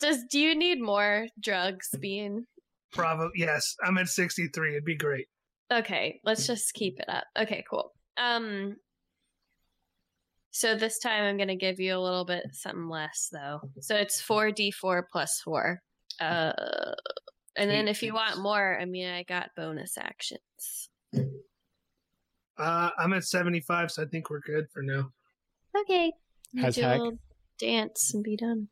S5: Does do you need more drugs,
S2: Mm.
S5: Bean?
S4: Bravo. Yes, I'm at 63. It'd be great.
S5: Okay, let's just keep it up. Okay, cool. Um, so this time I'm gonna give you a little bit something less though. So it's four D four plus four. Uh, and then
S2: Sweet
S5: if you want
S2: goodness.
S5: more, I mean, I got bonus actions.
S4: Uh, I'm at 75, so I think we're good for now.
S5: Okay. You
S2: Has
S5: do a
S2: hack.
S5: little dance and be done.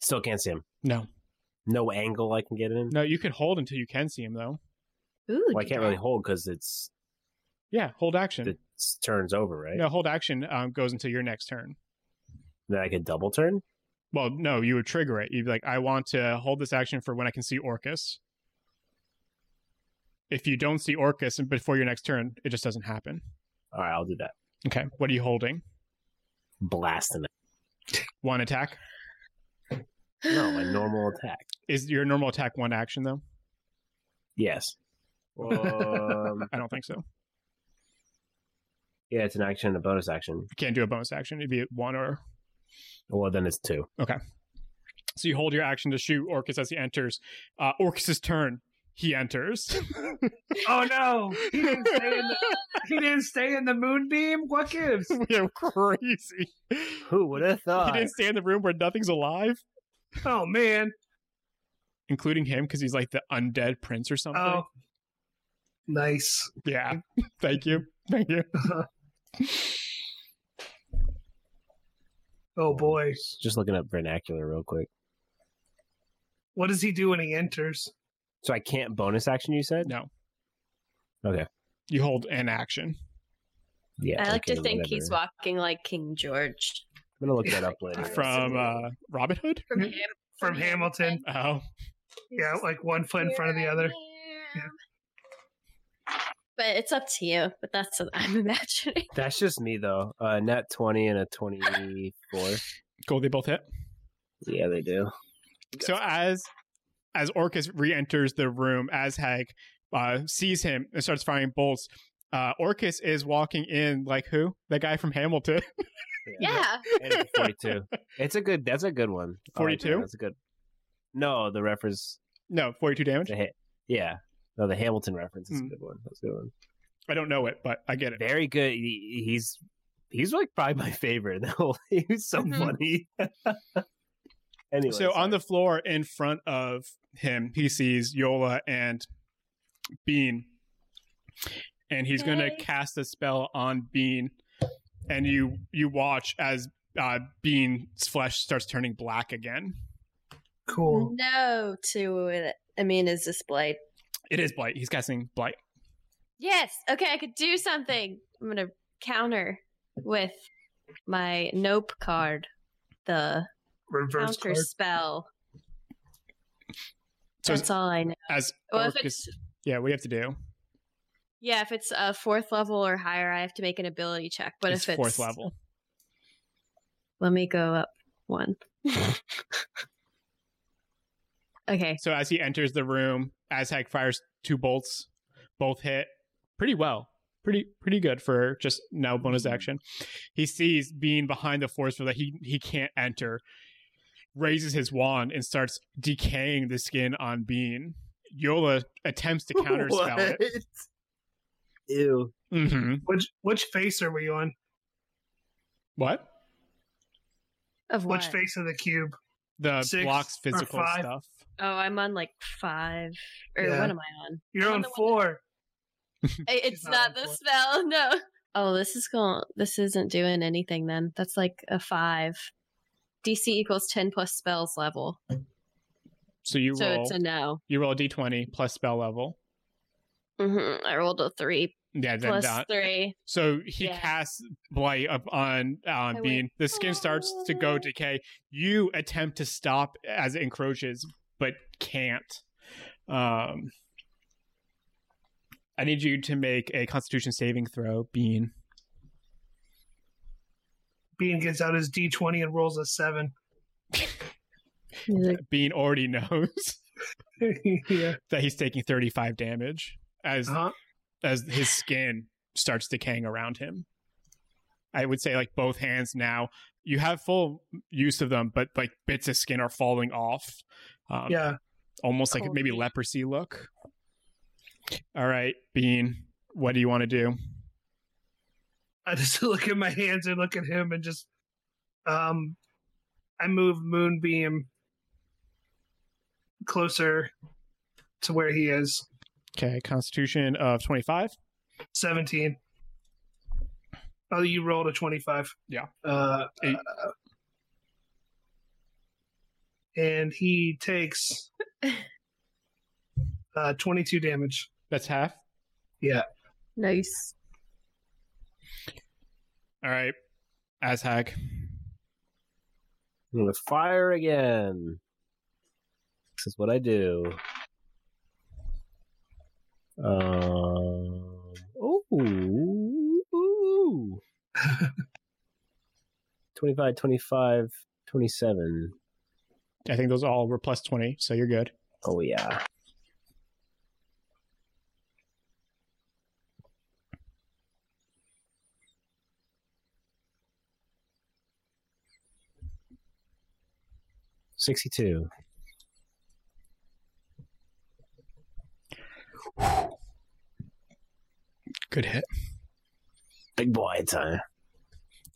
S6: Still can't see him.
S2: No,
S6: No angle I can get it in.
S2: no, you can hold until you can see him though.
S5: Ooh,
S6: Well, I
S5: good
S6: can't really
S5: job.
S6: hold because it's
S2: Yeah, hold action.
S6: it turns over, right?
S2: No, hold action um, goes until your next turn.
S6: Then I could double turn.
S2: Well, no, you would trigger it. You'd be like, I want to hold this action for when I can see Orcus. If you don't see Orcus before your next turn, it just doesn't happen.
S6: All right, I'll do that.
S2: Okay. What are you holding?
S6: Blasting it.
S2: One attack?
S6: No, my normal attack.
S2: Is your normal attack one action, though?
S6: Yes. Um,
S2: I don't think so.
S6: yeah, it's an action and a bonus action.
S2: You can't do a bonus action. It'd be one or.
S6: Well, then it's two.
S2: So you hold your action to shoot Orcus as he enters. Uh, Orcus's turn. He enters.
S4: Oh no, he didn't stay in the, he didn't stay in the moonbeam. What gives?
S2: we are crazy.
S7: Who would have
S2: He
S7: thought?
S2: didn't stay in the room where nothing's alive,
S4: Oh man.
S2: including him, because he's like the undead prince or something.
S4: Oh, nice.
S2: Yeah. Thank you. Thank you.
S4: Oh boy,
S6: Just looking up vernacular real quick.
S4: what does he do when he enters?
S6: So I can't bonus action. You said
S2: No.
S6: Okay.
S2: You hold an action.
S6: Yeah.
S8: I like to
S6: okay,
S8: think
S6: whatever.
S8: he's walking like King George.
S6: I'm gonna look that up later.
S2: From uh Robin Hood?
S8: From
S5: Hmm?
S4: Mhm.
S8: him.
S4: From Hamilton,
S2: Oh.
S4: yeah, like one foot in front of the other. Yeah.
S8: But it's up to you. But that's what I'm imagining.
S6: That's just me though. Uh, net twenty and a twenty-four.
S2: Cool, they both hit.
S6: yeah, they do.
S2: So as as Orcus re-enters the room, as Hag uh, sees him and starts firing bolts, uh, Orcus is walking in like who? The guy from Hamilton.
S5: Yeah.
S6: And it's Forty-two. It's a good. That's a good one. I like that.
S2: 42?
S6: That's a good. No, the reference.
S2: no, forty-two damage.
S6: The hit. Yeah. No, the Hamilton reference is
S2: Mm.
S6: a good one. That's a good one.
S2: I don't know it, but I get it.
S6: Very good. He- he's he's like probably my favorite. in the whole- he was so
S8: Mhm.
S6: funny. anyway,
S2: so Mm-hmm. on the floor in front of him, he sees Yola and Bean, and he's going to
S8: Hey.
S2: cast a spell on Bean. And you you watch as uh, Bean's flesh starts turning black again.
S4: Cool.
S8: No to it. I mean, is this blade?
S2: It is blight. He's casting blight.
S5: Yes. Okay, I could do something. I'm gonna counter with my nope card, the
S4: Reverse
S5: counter
S4: card.
S5: spell.
S2: So
S5: That's all I know.
S2: as
S5: Well, if
S2: Orcus- yeah, what do you have to do?
S5: Yeah, if it's a fourth level or higher, I have to make an ability check. But
S2: it's
S5: if it's
S2: fourth level.
S5: let me go up one. okay,
S2: So as he enters the room, Azhag fires two bolts, both hit pretty well. Pretty pretty good for just now bonus
S5: Mm-hmm.
S2: action. He sees being behind the force field that he he can't enter, raises his wand and starts decaying the skin on Bean. Yola attempts to counterspell it.
S6: ew.
S2: hmm
S4: Which which face are we on?
S2: What?
S5: of what?
S4: Which face of the cube?
S2: The
S4: Six
S2: blocks
S4: or
S2: physical
S4: five?
S2: stuff.
S5: Oh, I'm on like five. Or
S4: Yeah.
S5: what am I on?
S4: You're
S5: I'm
S4: on
S5: the one
S4: four.
S5: I- It's
S4: not
S5: not
S4: on
S5: the
S4: four.
S5: spell. No. Oh, this is going. This isn't doing anything. Then that's like a five. DC equals ten plus spells level,
S2: So you
S5: so
S2: roll
S5: it's a no.
S2: you roll a D twenty plus spell level.
S5: hmm I rolled a three
S2: Yeah, then
S5: plus
S2: that-
S5: three.
S2: So he
S5: Yeah.
S2: casts blight up on on
S5: I
S2: Bean. the skin starts to go
S5: "Oh."
S2: decay. You attempt to stop as it encroaches, but can't. Um, I need you to make a Constitution saving throw, Bean.
S4: Bean gets out his D20 and rolls a seven.
S2: Bean already knows
S4: yeah.
S2: that he's taking thirty five damage as
S4: Uh-huh.
S2: as his skin starts decaying around him. I would say like both hands now. You have full use of them, but like bits of skin are falling off. Um,
S4: Yeah.
S2: almost like
S5: Cool.
S2: maybe leprosy look. All right, Bean, what do you want to do?
S4: I just look at my hands and look at him and just um I move Moonbeam closer to where he is.
S2: Okay, Constitution of twenty five.
S4: Seventeen. Oh, you rolled a 25.
S2: Yeah.
S4: Uh,
S2: Eight.
S4: uh, and he takes uh, 22 damage.
S2: That's half.
S4: Yeah.
S8: Nice.
S2: All right. As hack.
S6: I'm gonna fire again. This is what I do. Um. Ooh. ooh. 25, 25, 27.
S2: I think those all were plus 20, so you're good.
S6: Oh, yeah. Sixty-two.
S2: Good hit.
S6: Big boy uh, time.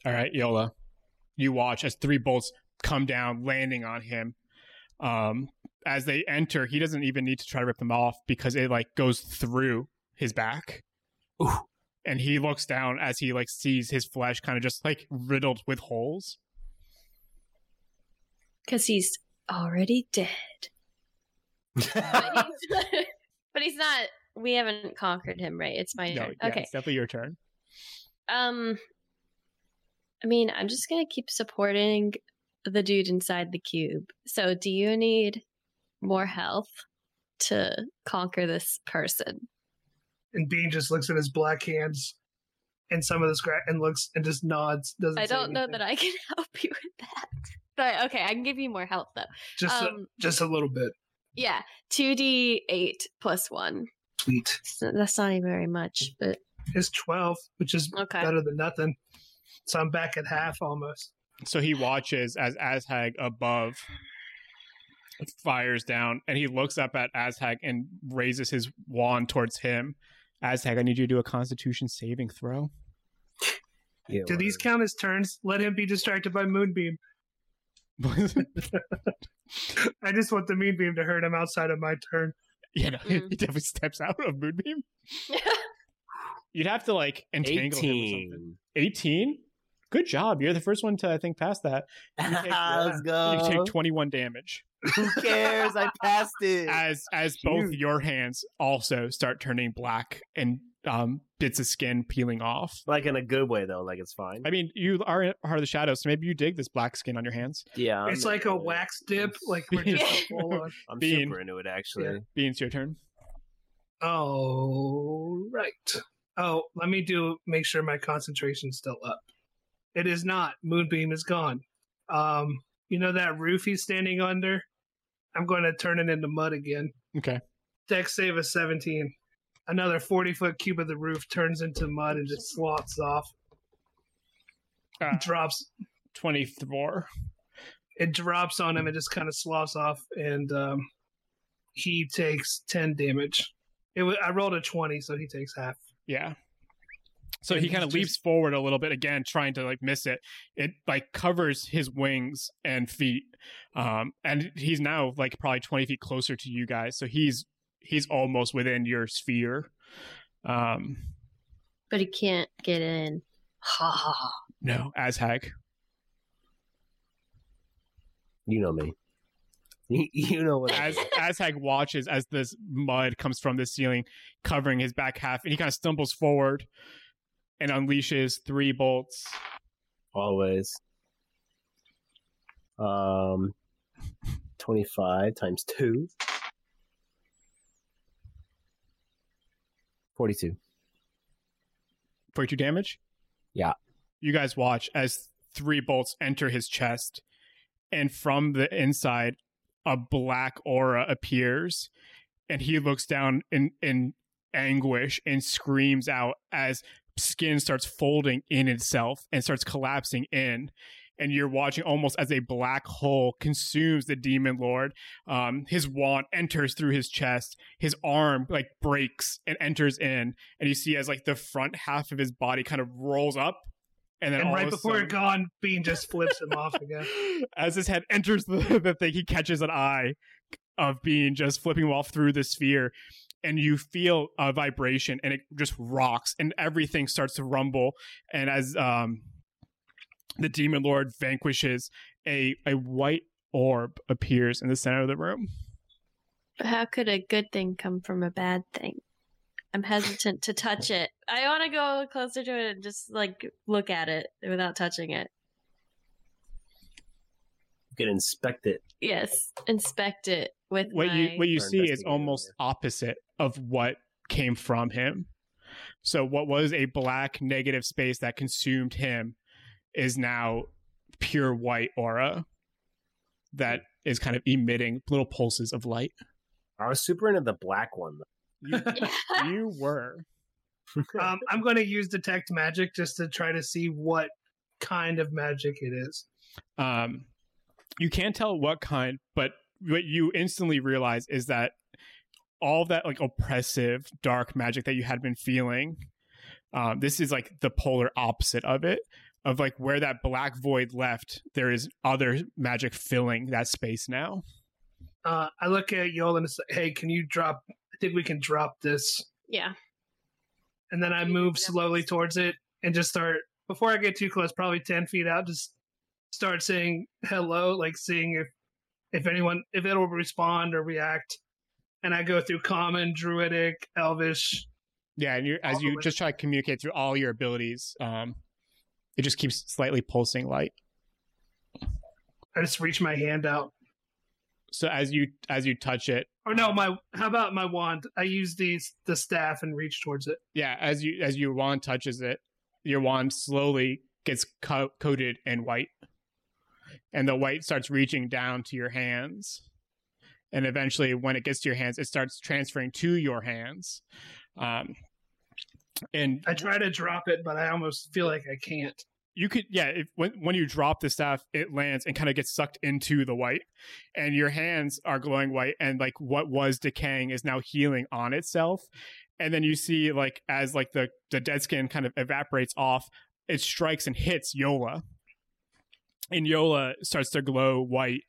S2: All right, Yola. You watch as three bolts come down, landing on him. Um, as they enter, he doesn't even need to try to rip them off because it like goes through his back.
S6: Ooh.
S2: And he looks down as he like sees his flesh kind of just like riddled with holes.
S8: Because he's already dead.
S5: But he's, but he's not. We haven't conquered him, right? It's my turn.
S2: yeah,
S5: okay.
S2: it's definitely your turn.
S5: Um, I mean, I'm just gonna keep supporting the dude inside the cube. So, do you need more health to conquer this person?
S4: And Bean just looks at his black hands and some of the scratch and looks and just nods. Doesn't
S5: I don't know that I can help you with that. But okay, I can give you more health though.
S4: Just, uh, a,
S5: um,
S4: just a little bit.
S5: Yeah, two d eight plus one.
S4: Sweet.
S5: So that's not even very much, but
S4: It's 12, which is
S5: okay.
S4: better than nothing. So I'm back at half almost.
S2: So he watches as Azhag above fires down and he looks up at Azhag and raises his wand towards him. Azhag, I need you to do a constitution saving throw.
S6: Yeah,
S4: Do these
S6: whatever.
S4: count as turns? Let him be distracted by Moonbeam. I just want the Moonbeam to hurt him outside of my turn.
S2: you know, he
S5: Mm.
S2: he definitely steps out of Moonbeam. You'd have to like entangle him or something.
S6: 18.
S2: 18? Good job. You're the first one to, I think, pass that. You take-
S7: Let's
S2: You
S7: go.
S1: Uh-huh.
S2: take 21 damage
S7: Who cares? I passed it.
S2: as as both your hands also start turning black and um, bits of skin peeling off.
S6: Like in a good way though, like it's fine.
S2: I mean, you are in part of the shadows, so maybe you dig this black skin on your hands.
S6: yeah. I'm
S4: it's like a
S6: into it.
S4: wax dip. Like we're just
S2: Yeah.
S4: full on.
S6: I'm
S2: Bean.
S6: super into it actually.
S4: Yeah.
S2: Beans, your turn.
S4: Oh right. Oh, let me do make sure my concentration's still up. It is not. Moonbeam is gone. Um, you know that roof he's standing under? I'm going to turn it into mud again.
S2: Okay.
S4: Deck save a 17. Another 40 foot cube of the roof turns into mud and just slots off.
S2: Uh,
S4: Drops.
S2: 24.
S4: It drops on him and just kind of slops off, and um, he takes 10 damage. It wa I rolled a 20, so he takes half.
S2: Yeah. So
S4: And
S2: he kind of
S4: he's
S2: leaps forward a little bit again, trying to like miss it. It like covers his wings and feet, um, and he's now like probably twenty feet closer to you guys. So he's he's almost within your sphere. Um,
S5: but he can't get in. Ha ha ha.
S2: no, as heck.
S6: You know me. You know what I
S2: as Azhag watches as this mud comes from the ceiling, covering his back half, and he kind of stumbles forward and unleashes three bolts.
S6: always. Um 25 times 2 42.
S2: 42 damage?
S6: Yeah.
S2: You guys watch as three bolts enter his chest, and from the inside, a black aura appears, and he looks down in, in anguish and screams out as skin starts folding in itself and starts collapsing in. And you're watching almost as a black hole consumes the demon lord. Um, his wand enters through his chest. His arm like breaks and enters in and you see as like the front half of his body kind of rolls up, and then
S4: And
S2: all
S4: right
S2: of a
S4: before
S2: sudden,
S4: it gone, Bean just flips him off again.
S2: as his head enters the, the thing, he catches an eye of being just flipping off through the sphere and you feel a vibration and it just rocks and everything starts to rumble and as um the demon lord vanquishes a a white orb appears in the center of the room
S5: But how could a good thing come from a bad thing? I'm hesitant to touch it. I want to go closer to it and just like look at it without touching it.
S6: You can inspect it.
S5: Yes, inspect it with
S2: what
S5: my.
S2: you what you
S6: Or
S2: see is
S6: investigative
S2: almost opposite of what came from him. So what was a black negative space that consumed him is now pure white aura that is kind of emitting little pulses of light.
S6: I was super into the black one.
S2: You were.
S6: Though.
S4: um, I'm going to use detect magic just to try to see what kind of magic it is.
S2: Um, you can't tell what kind, but what you instantly realize is that all that like oppressive dark magic that you had been feeling, um, this is like the polar opposite of it. Of like where that black void left, there is other magic filling that space now.
S4: Uh, I look at Yola and say, "Hey, can you drop? I think we can drop this."
S5: yeah.
S4: And then I move slowly towards it and just start before I get too close, probably ten feet out. Just start saying hello, like seeing if if anyone if it'll respond or react. And I go through common, druidic, elvish.
S2: Yeah, and you as
S4: All the
S2: you
S4: way-
S2: just try to communicate through all your abilities, um, it just keeps slightly pulsing light.
S4: I just reach my hand out.
S2: So as you as you touch it,
S4: Or no, my how about my wand? I use these the staff and reach towards it.
S2: yeah as you as your wand touches it your wand slowly gets co- coated in white and the white starts reaching down to your hands and eventually when it gets to your hands it starts transferring to your hands um and
S4: I try to drop it, but I almost feel like I can't.
S2: you could yeah if, when, when you drop the staff it lands and kind of gets sucked into the white and your hands are glowing white and like what was decaying is now healing on itself and then you see like as like the the dead skin kind of evaporates off it strikes and hits yola and yola starts to glow white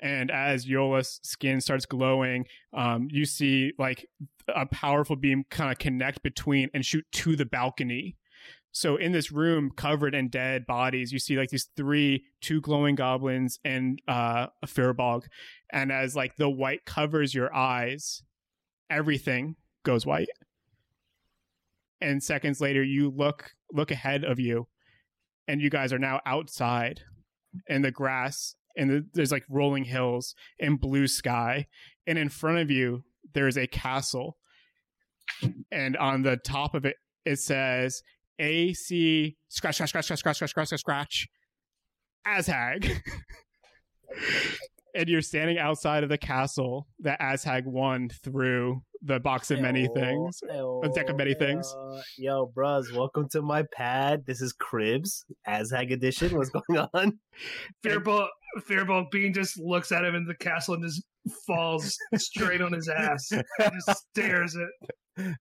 S2: and as yola's skin starts glowing um, you see like a powerful beam kind of connect between and shoot to the balcony so in this room covered in dead bodies, you see like these three, two glowing goblins and uh, a fairbog. And as like the white covers your eyes, everything goes white. And seconds later, you look look ahead of you, and you guys are now outside, in the grass, and the, there's like rolling hills and blue sky, and in front of you there is a castle, and on the top of it it says AC scratch scratch scratch scratch scratch scratch scratch scratch scratch Azhag. and you're standing outside of the castle that Azhag won through the box of many
S6: Ayo,
S2: things.
S6: ayo,
S2: deck of many things.
S6: ayo. Yo, bros, welcome to my pad. This is Cribs, Azhag Edition. What's going on?
S4: Fearball Fearball Bean just looks at him in the castle and just falls straight on his ass. And just stares at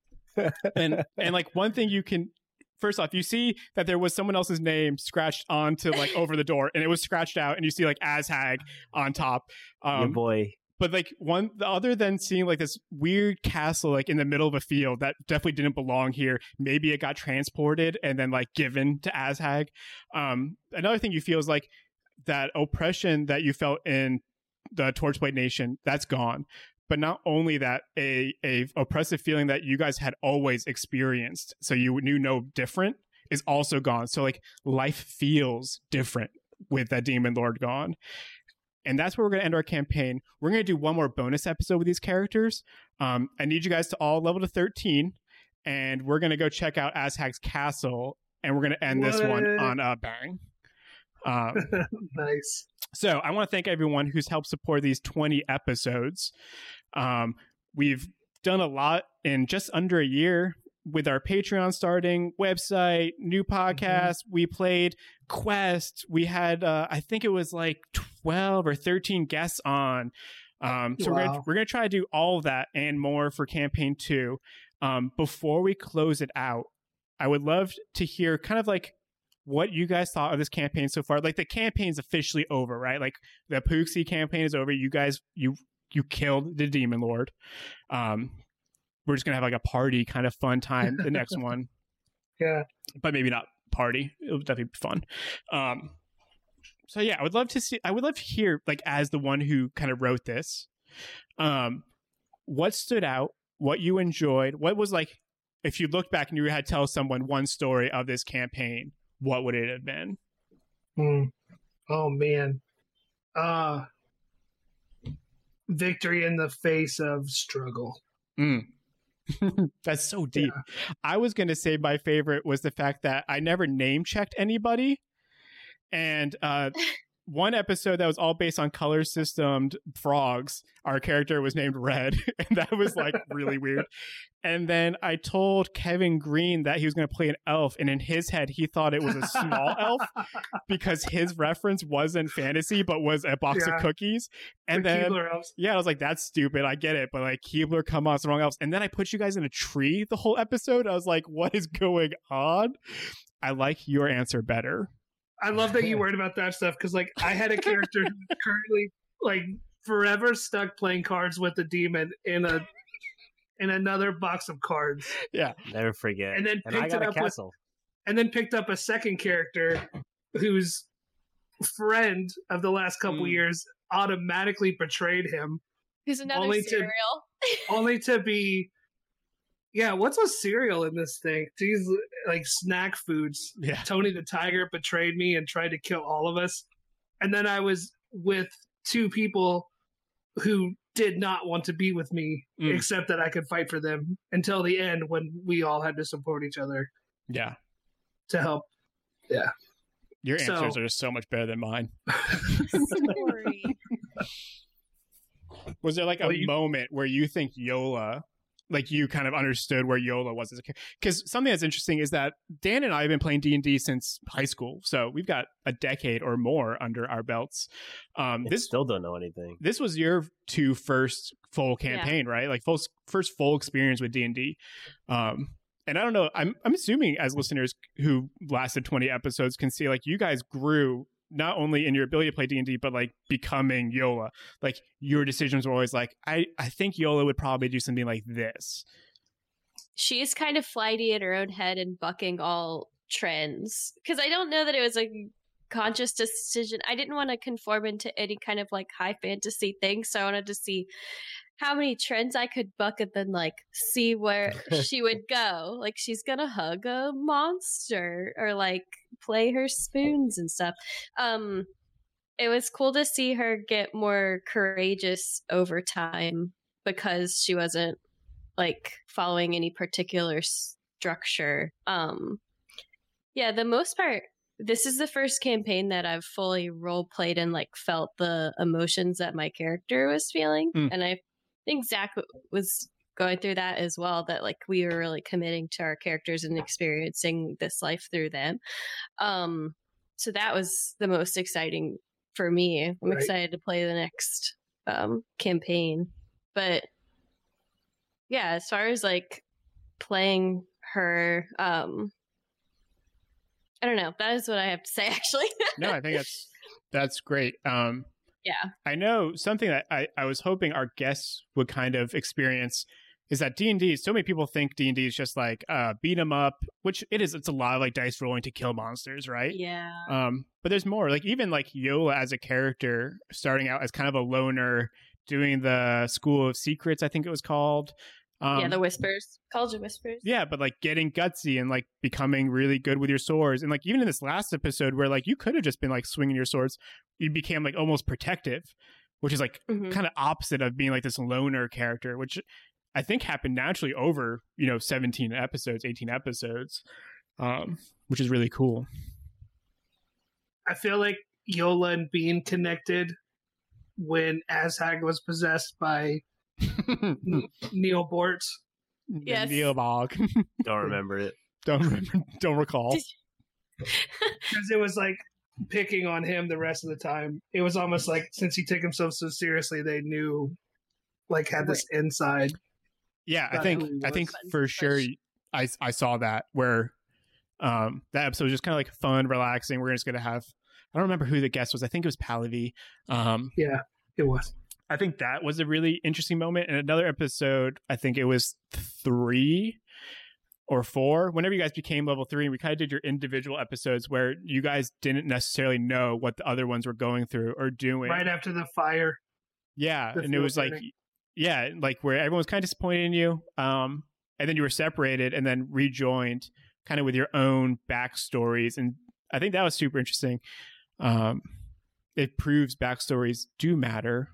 S2: and and like one thing you can first off you see that there was someone else's name scratched onto like over the door and it was scratched out and you see like azhag on top
S6: Your
S2: um
S6: boy.
S2: but like one the other than seeing like this weird castle like in the middle of a field that definitely didn't belong here maybe it got transported and then like given to azhag um another thing you feel is like that oppression that you felt in the torchblade nation that's gone but not only that a a oppressive feeling that you guys had always experienced so you knew no different is also gone so like life feels different with that demon lord gone and that's where we're going to end our campaign. We're going to do one more bonus episode with these characters. Um, I need you guys to all level to 13, and we're going to go check out Azhag's castle, and we're going to end this one
S4: What?
S2: on a bang. Um,
S4: it. nice.
S2: so I want to thank everyone who's helped support these 20 episodes. Um, we've done a lot in just under a year with our Patreon starting, website, new podcast. We played Quest. We had, uh, I think it was like 12 or 13 guests on. Um, so we're gonna,
S4: Wow.
S2: we're gonna try to do all of that and more for campaign two. Um, before we close it out, I would love to hear kind of like what you guys thought of this campaign so far. Like the campaign's officially over, right? Like the Pooksy campaign is over. You guys, you you killed the demon lord. Um, we're just gonna have like a party kind of fun time the next one.
S4: Yeah.
S2: But maybe not party. It would definitely be fun. Um, so yeah, I would love to see. I would love to hear like as the one who kind of wrote this, um, what stood out, what you enjoyed, what was like. If you looked back and you had to tell someone one story of this campaign, what would it have been?
S4: Hmm. Oh man. Uh victory in the face of struggle.
S2: Mm. That's so deep. I was going to say my favorite was the fact that I never name checked anybody. And uh, one episode that was all based on color systemed frogs, our character was named Red. And that was like really weird. And then I told Kevin Green that he was going to play an elf. And in his head, he thought it was a small elf because his reference wasn't fantasy, but was a box
S4: Yeah.
S2: of cookies. And
S4: The
S2: then,
S4: Keebler elves.
S2: yeah, I was like, that's stupid. I get it. But like, Keebler, come on, it's the wrong elves. And then I put you guys in a tree the whole episode. I was like, what is going on? I like your answer better.
S4: I love that you worried about that stuff because, like, I had a character who's currently, like, forever stuck playing cards with the demon in a in another box of cards,
S2: Yeah.
S6: Never forget.
S4: And then
S6: I
S4: picked
S6: got
S4: it
S6: a
S4: up with-
S6: castle.
S4: and then picked up a second character whose friend of the last couple
S2: Mm.
S4: years automatically betrayed him,
S5: Who's another
S4: Only to-
S5: cereal?
S4: only to be, yeah, what's a cereal in this thing? These like snack foods.
S2: Yeah.
S4: Tony the Tiger betrayed me and tried to kill all of us. And then I was with two people who did not want to be with me,
S2: Mm.
S4: except that I could fight for them until the end when we all had to support each other
S2: Yeah.
S4: to help.
S2: Your
S4: So-
S2: answers are just so much better than mine.
S5: Sorry.
S2: Was there like a
S4: Well, you-
S2: moment where you think Yola, like you kind of understood where Yola was as a character? Because something that's interesting is that Dan and I have been playing D and D since high school, so we've got a decade or more under our belts. Um,
S6: They
S2: this
S6: still don't know anything.
S2: Um, this was your two first full
S5: Yeah.
S2: campaign, right? Like full, first full experience with D and D. Um, and I don't know. I'm I'm assuming as listeners who lasted 20 episodes can see, like you guys grew not only in your ability to play D and D, but like becoming Yola. Like your decisions were always like, I I think Yola would probably do something like this.
S5: she is kind of flighty in her own head and bucking all trends because i don't know that it was a conscious decision i didn't want to conform into any kind of like high fantasy thing so i wanted to see how many trends i could buck and then like see where she would go like she's gonna hug a monster or like play her spoons and stuff um it was cool to see her get more courageous over time because she wasn't like following any particular structure. Um yeah, the most part this is the first campaign that I've fully role played and like felt the emotions that my character was feeling
S2: Mm.
S5: and I think Zach w- was going through that as well that like we were really committing to our characters and experiencing this life through them. Um so that was the most exciting for me. I'm
S4: Right.
S5: excited to play the next um campaign. But yeah as far as like playing her um i don't know that is what i have to say actually
S2: no, I think that's that's great. Um,
S5: Yeah.
S2: I know something that I, I was hoping our guests would kind of experience is that D and D. So many people think D and D is just like uh, beat 'em up, which it is. It's a lot of like dice rolling to kill monsters, right?
S5: yeah
S2: Um, but there's more. Like even like Yola as a character, starting out as kind of a loner, doing the School of Secrets, I think it was called. Um,
S5: yeah the whispers college of whispers
S2: yeah, but like getting gutsy and like becoming really good with your swords. And like even in this last episode where like you could have just been like swinging your swords, you became like almost protective, which is like
S5: Mhm.
S2: kind of opposite of being like this loner character, which I think happened naturally over, you know, 17 episodes, 18 episodes, um, which is really cool.
S4: I feel like Yola and Bean connected when Azhag was possessed by Neil Bort.
S5: Yes.
S2: Neobog.
S6: Don't remember it.
S2: don't remember, don't recall.
S4: because it was like picking on him the rest of the time. It was almost like since he took himself so seriously, they knew, like, had this inside.
S2: Yeah, I
S4: That's
S2: think
S4: who he
S2: I
S4: was.
S2: think for sure I I saw that where um that episode was just kind of like fun, relaxing. We're just gonna have I don't remember who the guest was. I think it was Pallavi. Um
S4: It was
S2: I think that was a really interesting moment. In another episode, I think it was three or four, whenever you guys became level three, we kind of did your individual episodes where you guys didn't necessarily know what the other ones were going through or doing.
S4: right after the fire.
S2: Yeah,
S4: The
S2: and it was like,
S4: field training.
S2: yeah, like where everyone was kind of disappointed in you, um, and then you were separated and then rejoined, kind of with your own backstories, and I think that was super interesting. Um, it proves backstories do matter.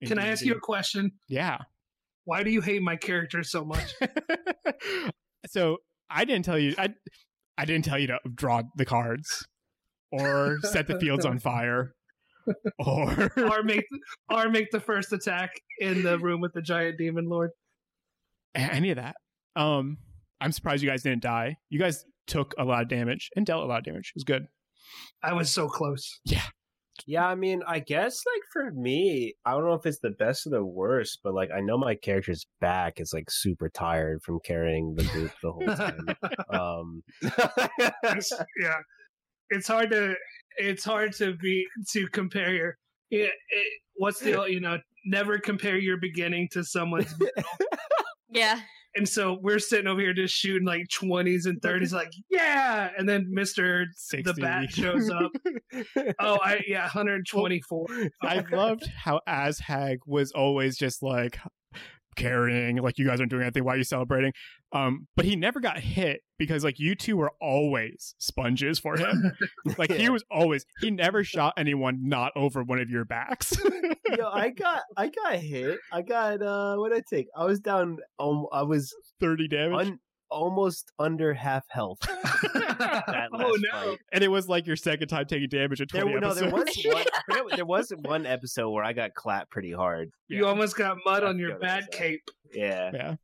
S2: in
S4: Can I ask you a
S2: D&D.
S4: question?
S2: Yeah.
S4: Why do you hate my character so much?
S2: so I didn't tell you. I I didn't tell you to draw the cards, or set the fields on fire, or
S4: or make or make the first attack in the room with the giant demon lord.
S2: a- any of that. Um, I'm surprised you guys didn't die. You guys took a lot of damage and dealt a lot of damage. It was good.
S4: I was so close.
S1: Yeah, I mean, I guess like for me, I don't know if it's the best or the worst, but like I know my character's back is like super tired from carrying the group the whole time. um,
S4: It's- yeah, it's hard to it's hard to be to compare your. Yeah, it, what's the you know never compare your beginning to someone's.
S5: Yeah.
S4: and so we're sitting over here just shooting like twenties and thirties, like yeah, and then Mister
S2: 60.
S4: the bat shows up. oh, I yeah, one hundred twenty four.
S2: Uh, I loved how Azhag was always just like carrying, like you guys aren't doing anything. Why are you celebrating? Um, but he never got hit because like you two were always sponges for him. like he was always he never shot anyone not over one of your backs.
S1: Yo, I got I got hit. I got uh what did I take? I was down um, I was
S2: Thirty damage,
S1: un- almost under half health.
S4: oh
S1: That last
S4: no!
S1: fight.
S2: and it was like your second time taking damage in
S1: There, w-
S2: twenty
S1: no,
S2: episodes.
S1: there was one. I forget what- There was one episode where I got clapped pretty hard.
S2: Yeah.
S4: You almost got mud
S1: I
S4: on your
S1: forgot about
S4: bat
S1: that.
S4: cape.
S1: Yeah,
S2: yeah.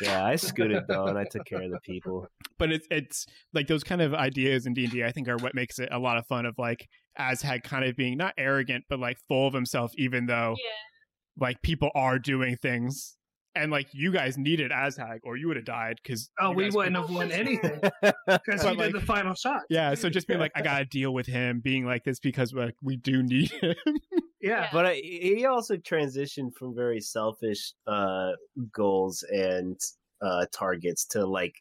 S1: yeah. I scooted though, and I took care of the people.
S2: but it's it's like those kind of ideas in D&D I think are what makes it a lot of fun of like Azhag kind of being not arrogant but like full of himself even though like people are doing things and like you guys needed Azhag or you would have died cuz
S4: Oh, we wouldn't have won anything because
S2: But,
S4: we
S2: like-
S4: did the final shot.
S2: yeah, so just being like, I gotta deal with him being like this because like we do need him.
S4: Yeah.
S1: But I, he also transitioned from very selfish uh, goals and uh, targets to like,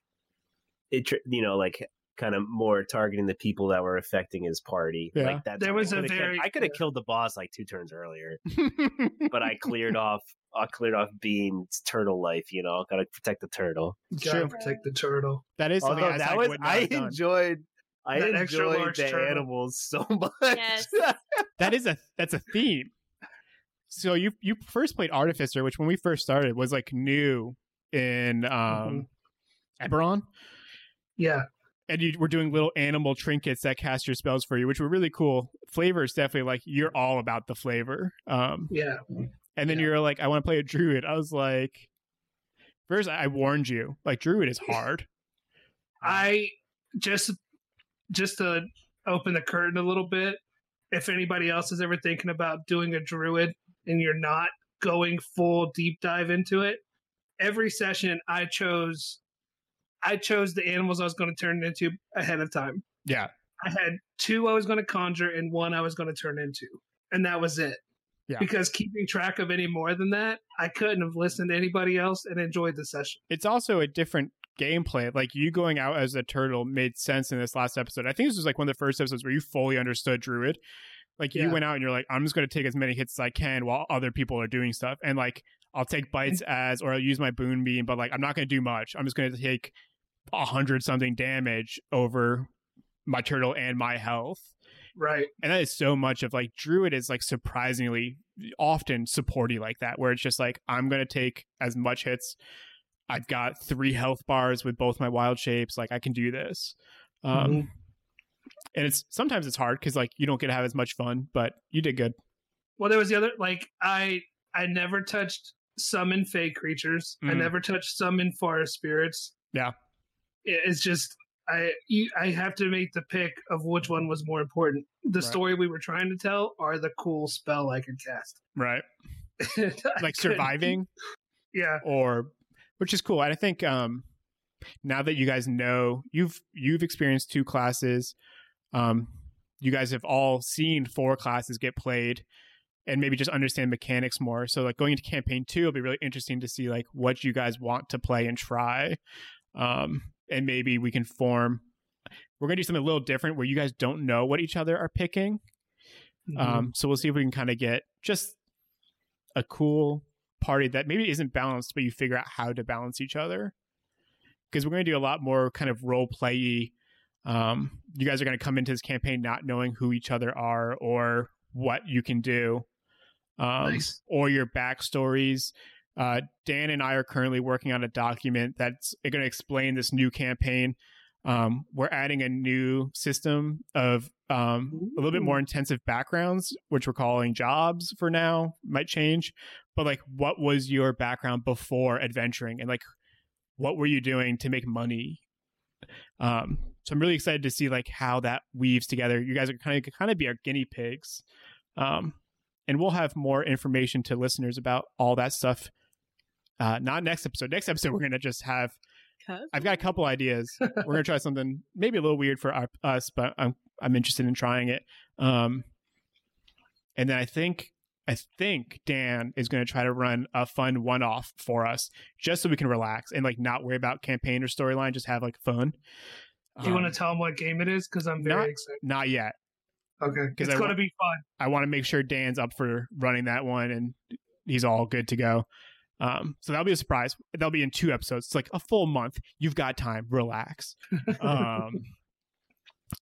S1: it, tr- you know, like kind of more targeting the people that were affecting his party.
S2: Yeah.
S1: Like that.
S4: There was a very-
S1: I could have killed the boss like two turns earlier, but I cleared off. I cleared off Bean's turtle life. You know, gotta protect the turtle.
S2: It's
S4: Gotta
S2: true.
S4: protect the turtle.
S2: That is something
S1: Although that
S2: Azhag
S1: was,
S2: would not
S1: I
S2: have done.
S1: enjoyed. I
S4: That extra
S1: enjoyed
S4: large
S1: the
S4: turtle.
S1: animals so much.
S5: Yes.
S2: that is a that's a theme. So you you first played Artificer, which when we first started was like new in um Eberron,
S4: Yeah.
S2: and you were doing little animal trinkets that cast your spells for you, which were really cool. Flavor is definitely like you're all about the flavor. Um,
S4: Yeah.
S2: and then you were like, I want to play a druid. I was like, first I I warned you, like druid is hard.
S4: I just just to open the curtain a little bit. If anybody else is ever thinking about doing a druid and you're not going full deep dive into it, every session I chose I chose the animals I was going to turn it into ahead of time.
S2: Yeah.
S4: I had two I was going to conjure and one I was going to turn into. And that was it.
S2: Yeah.
S4: Because keeping track of any more than that, I couldn't have listened to anybody else and enjoyed the session.
S2: it's also a different gameplay. Like you going out as a turtle made sense in this last episode. I think this was like one of the first episodes where you fully understood Druid. Like you
S4: Yeah.
S2: went out and you're like, I'm just going to take as many hits as I can while other people are doing stuff, and like I'll take bites as or I'll use my boon beam, but like I'm not going to do much. I'm just going to take a hundred something damage over my turtle and my health
S4: Right.
S2: and that is so much of like druid is like surprisingly often supporty like that where it's just like i'm gonna take as much hits i've got three health bars with both my wild shapes like i can do this um
S4: Mm-hmm.
S2: and it's sometimes it's hard because like you don't get to have as much fun but you did good
S4: Well, there was the other like I I never touched summon fey creatures. I
S2: Mhm.
S4: never touched summon forest spirits.
S2: Yeah.
S4: It- It's just I you, I have to make the pick of which one was more important. The
S2: Right.
S4: story we were trying to tell or the cool spell I could cast.
S2: right
S4: I
S2: like
S4: couldn't-
S2: surviving
S4: Yeah.
S2: or which is cool and i think um now that you guys know you've you've experienced two classes um you guys have all seen four classes get played and maybe just understand mechanics more. So like going into campaign two, it'll be really interesting to see like what you guys want to play and try, um, and maybe we can form. We're gonna do something a little different where you guys don't know what each other are picking.
S4: Mm-hmm.
S2: Um, so we'll see if we can kind of get just a cool party that maybe isn't balanced, but you figure out how to balance each other. Because we're going to do a lot more kind of role play. Um, you guys are going to come into this campaign not knowing who each other are or what you can do, um,
S4: Nice.
S2: or your backstories. Uh, Dan and I are currently working on a document that's going to explain this new campaign. Um, we're adding a new system of um, a little bit more intensive backgrounds, which we're calling jobs for now, might change. But like, what was your background before adventuring? And like, what were you doing to make money? Um, so I'm really excited to see like how that weaves together. You guys are kind of kind of be our guinea pigs. Um, and we'll have more information to listeners about all that stuff. Uh, not next episode. Next episode, we're gonna just have I've got a couple ideas. We're gonna try something maybe a little weird for our, us, but I'm I'm interested in trying it. Um, and then I think I think Dan is gonna try to run a fun one off for us, just so we can relax and like not worry about campaign or storyline. Just have like fun.
S4: Do you
S2: Um,
S4: want to tell them what game it is? Because I'm very
S2: not-
S4: excited.
S2: Not yet.
S4: Okay,
S2: 'cause
S4: it's
S2: I
S4: going to
S2: want-
S4: be fun.
S2: I want to make sure Dan's up for running that one and he's all good to go. Um, so that'll be a surprise. That'll be in two episodes. It's like a full month. You've got time. Relax. Um,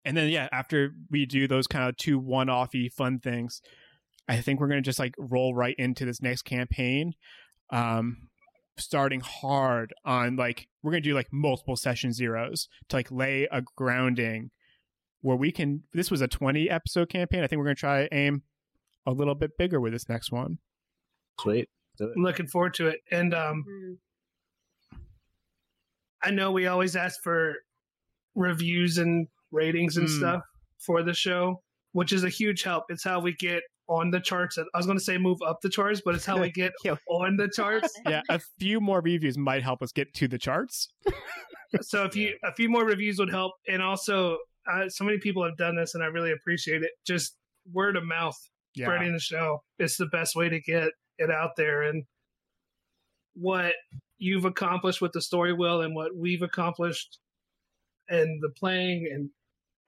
S2: and then yeah, after we do those kind of two one-offy fun things, I think we're gonna just like roll right into this next campaign. Um, starting hard on like we're gonna do like multiple session zeros to like lay a grounding where we can this was a 20 episode campaign i think we're going to try aim a little bit bigger with this next one
S1: Sweet.
S4: I'm looking forward to it. And um,
S2: Mm-hmm.
S4: I know we always ask for reviews and ratings and
S2: Mm.
S4: stuff for the show, which is a huge help. It's how we get on the charts. I was going to say move up the charts, but it's how we get
S6: Yeah.
S4: on the charts.
S2: yeah a few more reviews might help us get to the charts
S4: So if you a few more reviews would help, and also uh, so many people have done this, and I really appreciate it. Just word of mouth
S2: yeah
S4: spreading the show. It's the best way to get it out there and what you've accomplished with the story will and what we've accomplished and the playing and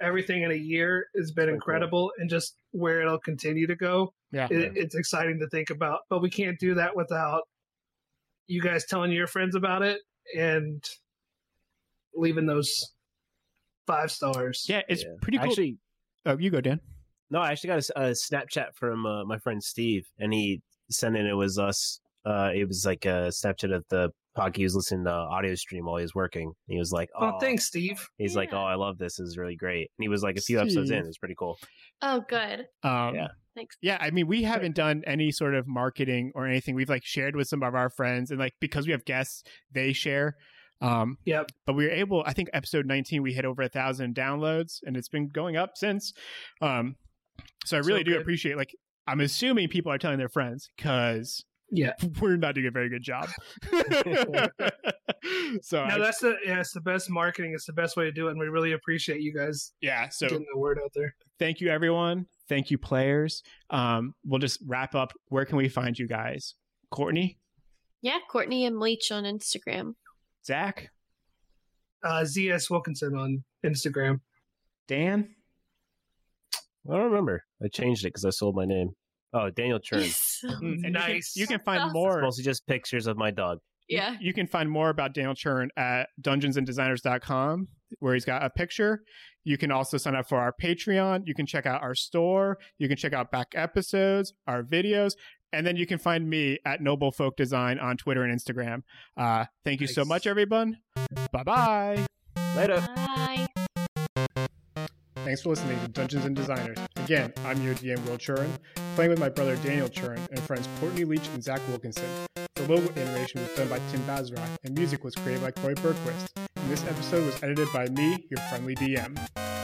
S4: everything in a year has been incredible and just where it'll continue to go.
S2: yeah
S4: It, it's exciting to think about, but we can't do that without you guys telling your friends about it and leaving those five stars.
S2: yeah it's
S1: Yeah.
S2: pretty cool
S1: Actually,
S2: oh you go dan
S1: No, I actually got a s- a, Snapchat from uh, my friend Steve, and he sent it. It was us. Uh, it was like a Snapchat of the podcast. He was listening to audio stream while he was working. He was like, "Oh,
S4: Oh, thanks, Steve.
S1: He's like,
S5: Yeah.
S1: "Oh, I love this. This is really great." And he was like, a few episodes in,
S2: Steve.
S1: it was pretty cool.
S5: Oh, good.
S2: um
S1: Yeah.
S5: Thanks.
S2: yeah i mean we haven't done any sort of marketing or anything we've like shared with some of our friends and like because we have guests they share um
S4: Yep.
S2: but we were able i think episode 19 we hit over a thousand downloads and it's been going up since um so i
S4: So
S2: really do
S4: good.
S2: appreciate like i'm assuming people are telling their friends because
S4: Yeah.
S2: we're not doing a very good job so I-
S4: No, that's the yeah, it's the best marketing. It's the best way to do it, and we really appreciate you guys
S2: yeah so
S4: getting the word out there.
S2: thank you everyone thank you players um we'll just wrap up where can we find you guys courtney
S5: Yeah, Courtney and Leach on Instagram.
S2: zach
S4: Uh, ZS Wilkinson on Instagram.
S2: dan
S1: I don't remember. I changed it because I sold my name. Oh, Daniel Churn. It's
S5: Yes.
S2: Mm, and you can-
S4: Nice.
S2: you can, find
S5: Awesome.
S2: more
S1: mostly just pictures of my dog.
S5: Yeah.
S2: you can find more about Daniel Churn at dungeonsanddesigners.com, where he's got a picture. You can also sign up for our Patreon. You can check out our store. You can check out back episodes, our videos. And then you can find me at Noble Folk Design on Twitter and Instagram. Uh, thank you so
S4: Nice.
S2: much, everyone. Bye bye.
S1: Later.
S5: Bye.
S2: Thanks for listening to Dungeons and Designers. Again, I'm your DM, Will Churn, playing with my brother Daniel Churn and friends Courtney Leach and Zach Wilkinson. The logo animation was done by Tim Bazrock, and music was created by Corey Berquist. And this episode was edited by me, your friendly DM.